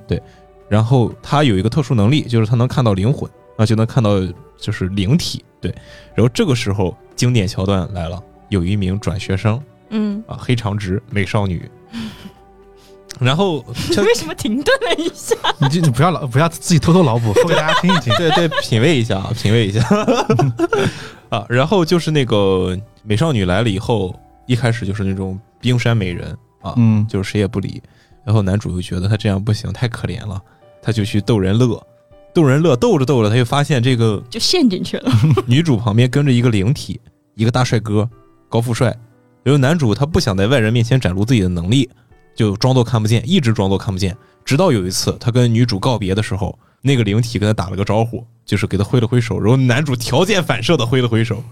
然后他有一个特殊能力，就是他能看到灵魂，啊，就能看到就是灵体。对，然后这个时候经典桥段来了，有一名转学生嗯，啊，黑长直美少女， 然后他。为什么停顿了一下？你就你不要老不要自己偷偷脑补，说给大家听一听对对，品味一下啊，品味一下 啊。然后就是那个美少女来了以后，一开始就是那种冰山美人啊， 嗯就是谁也不理。然后男主又觉得他这样不行，太可怜了，他就去逗人乐，逗人乐，逗着逗着，他就发现这个就陷进去了。女主旁边跟着一个灵体，一个大帅哥，高富帅。然后男主他不想在外人面前展露自己的能力，就装作看不见，一直装作看不见。直到有一次他跟女主告别的时候，那个灵体跟他打了个招呼，就是给他挥了挥手。然后男主条件反射的挥了挥手，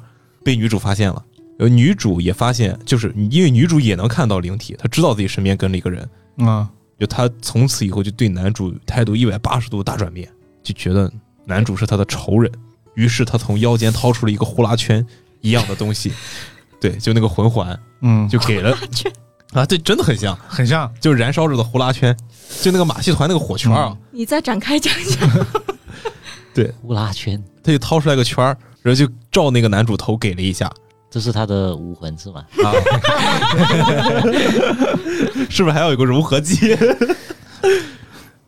被女主发现了。然后女主也发现，就是因为女主也能看到灵体，她知道自己身边跟了一个人。啊，就她从此以后就对男主态度一百八十度大转变，就觉得男主是她的仇人。于是她从腰间掏出了一个呼啦圈一样的东西， 对，就那个魂环，嗯，就就给了圈啊，对，真的很像，很像，就燃烧着的呼啦圈，就那个马戏团那个火圈啊，你再展开讲讲。呼啦圈，他就掏出来个圈儿，然后就照那个男主头给了一下，这是他的武魂是吗？啊， 是不是还要有个融合剂？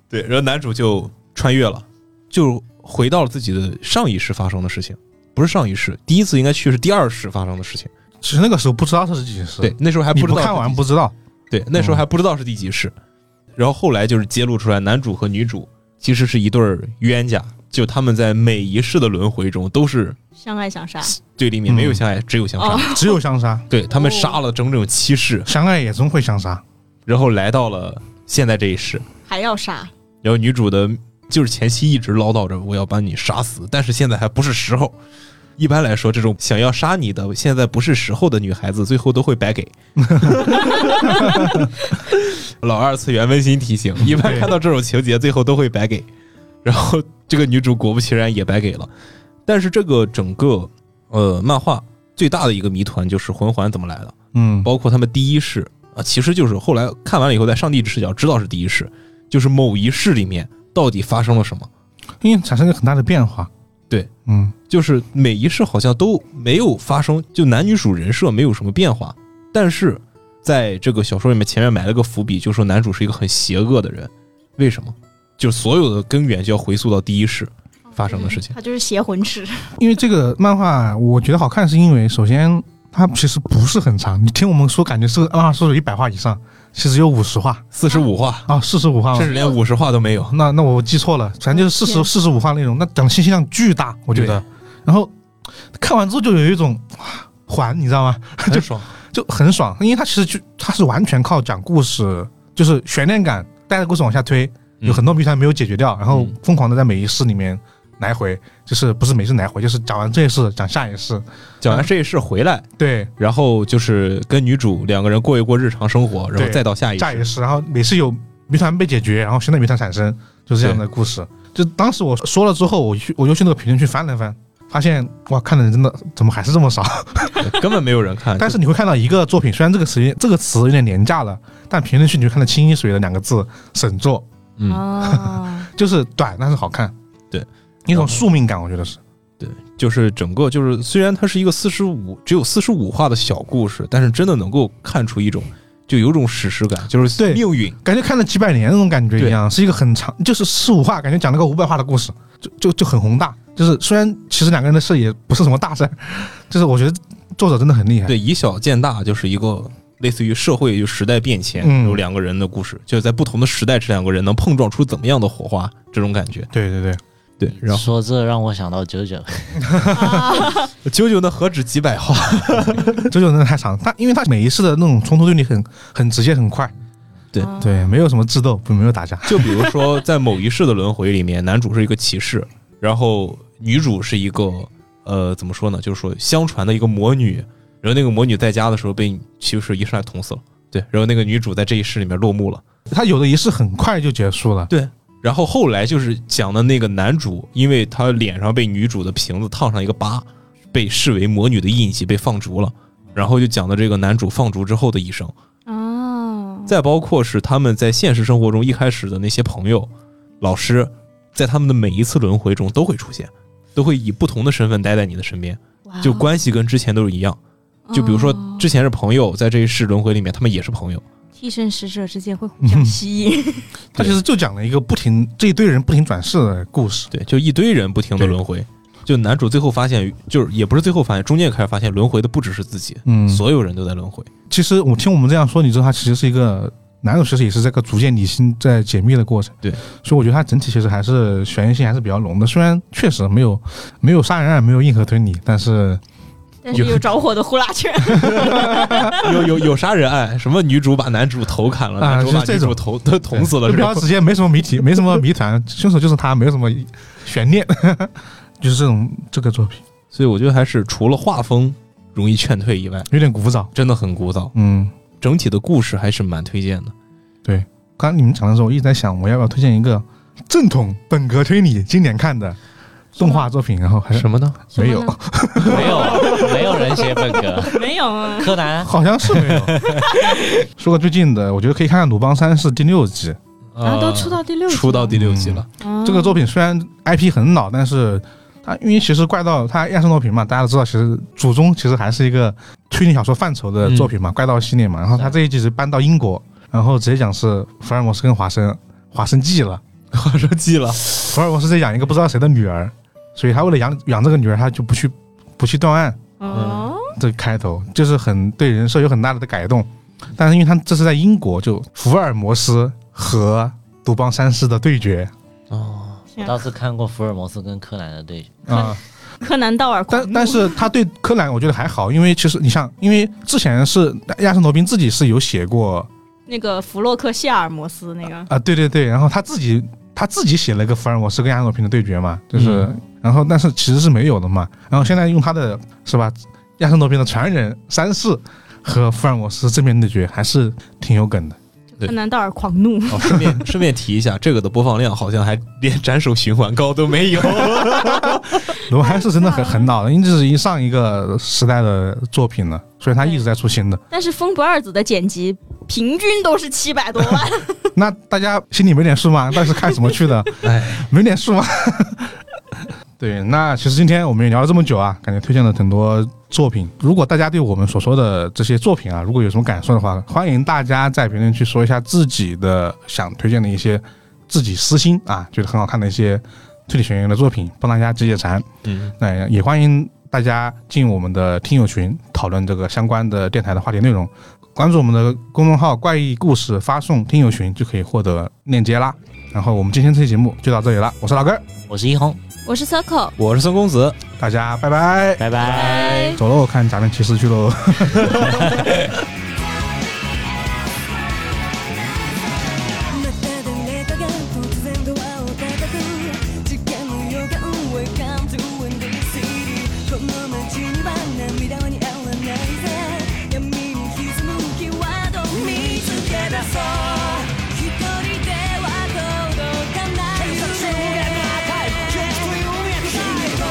对，然后男主就穿越了，就回到了自己的上一世发生的事情，不是上一世，第一次应该去是第二世发生的事情。其实那个时候不知道它是几十，对，，那时候还你知不道看完不知嗯道，对，那时候还不知道是第几世。然后后来就是揭露出来，男主和女主其实是一对儿冤家，就他们在每一世的轮回中都是相爱相杀。对立面，没有嗯相爱，只有相杀。哦，只有相杀，对他们杀了整整七世，相爱也终会相杀。然后来到了现在这一世，还要杀，然后女主的就是前期一直唠叨着我要把你杀死，但是现在还不是时候。一般来说，这种想要杀你的现在不是时候的女孩子，最后都会白给。老二次元温馨提醒：一般看到这种情节，最后都会白给。然后这个女主果不其然也白给了。但是这个整个呃漫画最大的一个谜团就是魂环怎么来的。嗯，包括他们第一世啊，其实就是后来看完了以后，在上帝之视角知道是第一世，就是某一世里面到底发生了什么，因为产生了很大的变化。对，嗯，就是每一世好像都没有发生，就男女主人设没有什么变化，但是在这个小说里面前面埋了个伏笔，就说男主是一个很邪恶的人，为什么？就所有的根源就要回溯到第一世发生的事情。他就是邪魂师。因为这个漫画我觉得好看，是因为首先它其实不是很长，你听我们说感觉是啊，是有一百话以上，其实有五十话四十五话，啊，四十五话吗甚至连五十话都 没有。那那我记错了，反正就是四十天四十五话内容，那讲的信息量巨大，我觉得。然后看完之后就有一种哇还，你知道吗？很哎爽， 就很爽，因为它其实就它是完全靠讲故事，就是悬念感带着故事往下推，有很多谜团没有解决掉，然后嗯疯狂的在每一世里面来回，就是不是每次来回，就是讲完这一世讲下一世，讲完这一世回来，对，然后就是跟女主两个人过一过日常生活，然后对再到下一世下一世，然后每次有谜团被解决，然后新的谜团产生，就是这样的故事。就当时我说了之后，我去我就去那个评论区翻了翻，发现哇，看的人真的怎么还是这么少？啊 对根本没有人看。但是你会看到一个作品，虽然这个词这个词有点廉价了，但评论区你就看到清一水的两个字“神作嗯，哦，”，就是短但是好看，对，一种宿命感，我觉得是。就是整个就是虽然它是一个四十五只有四十五话的小故事，但是真的能够看出一种就有种史诗感，就是对命运。感觉看了几百年那种感觉一样，是一个很长，就是四五话，感觉讲了个五百话的故事，就就就很宏大。就是虽然其实两个人的事也不是什么大事儿，就是我觉得作者真的很厉害。对，以小见大，就是一个类似于社会就时代变迁，嗯有两个人的故事，就是在不同的时代，这两个人能碰撞出怎么样的火花，这种感觉。对对对，对，然后说这让我想到九九，哦九九那何止几百话，九九真的太长，他因为他每一次的那种冲突对立很很直接很快， 对哦对，没有什么智斗，不没有打架，就比如说在某一世的轮回里面，男主是一个骑士，然后女主是一个呃怎么说呢，就是说相传的一个魔女，然后那个魔女在家的时候被骑士一上来捅死了，对，然后那个女主在这一世里面落幕了，他有的仪式很快就结束了，然后后来就是讲的那个男主，因为他脸上被女主的瓶子烫上一个疤，被视为魔女的印记被放逐了。然后就讲的这个男主放逐之后的一生，哦，再包括是他们在现实生活中一开始的那些朋友、老师，在他们的每一次轮回中都会出现，都会以不同的身份待在你的身边，哇哦就关系跟之前都是一样。就比如说哦之前是朋友，在这一世轮回里面他们也是朋友，替身使者之间会互相吸 引，他其实就讲了一个不停这一堆人不停转世的故事，对，就一堆人不停的对轮回。就男主最后发现，就是也不是最后发现，中间开始发现轮回的不只是自己，嗯所有人都在轮回。其实我听我们这样说，你知道他其实是一个男主，其实也是这个逐渐理性在解密的过程。对，所以我觉得他整体其实还是悬疑性还是比较浓的，虽然确实没有没有杀人案，没有硬核推理，但是但是有着火的呼啦圈，有有有杀人案，什么女主把男主头砍了，啊男主把就是女这主种头都捅死了，就这比较种直接，没什么谜题，没什么谜团，凶手就是他，没有什么悬念， 就是这种这个作品所以我觉得还是除了画风容易劝退以外，有点古早。真的很古早。嗯，整体的故事还是蛮推荐的。刚刚你们讲的时候，我一直在想我要不要推荐一个正统本格推理经典看的动画作品，然后还是什么呢？什么没呢有，没有啊没有人写本格，没有啊，柯南好像是没有。说个最近的，我觉得可以看看《鲁邦三世》第六集。然啊后都出到第六集了，呃出到第六集了，哦这个作品虽然 IP 很老，但是它因为其实怪盗它亚瑟诺平嘛，大家都知道，其实祖宗其实还是一个推理小说范畴的作品嘛，怪盗系列嘛。然后它这一季是搬到英国，然后直接讲是福尔摩斯跟华生，华生记了，我说记了。 福尔摩斯在养一个不知道谁的女儿，所以他为了养养这个女儿，他就不去不去断案。哦，嗯这个开头就是很对人设有很大的改动，但是因为他这是在英国，就福尔摩斯和鲁邦三世的对决，哦，这我样倒是看过福尔摩斯跟柯南的对决，啊、柯南道尔狂但怒但是他对柯南我觉得还好，因为其实你像，因为之前是亚森罗宾自己是有写过那个弗洛克希尔摩斯那个啊，对对对，然后他自己他自己写了一个福尔摩斯跟亚诺平的对决嘛，就是、嗯然后但是其实是没有的嘛，然后现在用他的是吧，亚森罗宾的传人三世和福尔摩斯正面对决还是挺有梗的。对柯南道尔狂怒，哦，顺便顺便提一下，这个的播放量好像还连斩首循环高都没有。罗还是真的很很老的，因为这是一上一个时代的作品了，所以他一直在出新的。但是风不二子的剪辑平均都是七百多万， 那大家心里没点数吗？到底是看什么去的？哎，没点数吗？ 对，那其实今天我们也聊了这么久啊，感觉推荐了很多作品。如果大家对我们所说的这些作品啊，如果有什么感受的话，欢迎大家在评论区说一下自己的想推荐的一些自己私心啊，觉得很好看的一些推理悬疑的作品，帮大家解解馋。嗯，那也欢迎大家进我们的听友群讨论这个相关的电台的话题内容。关注我们的公众号“怪异故事”，发送“听友群”就可以获得链接啦。然后我们今天这期节目就到这里了，我是老根儿，我是一红， 我是 Circle， 我是孙公子，大家拜拜。拜拜。拜。走喽，看假面骑士去喽。また誰かが突然ドアを叩く時間の予感 Welcome to Windy City この街には涙は似合わないぜ闇に沈むキーワード見つけ出そう一人では届かないよね君を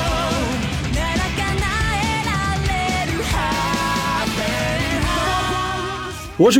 なら叶えられる Happy House 我是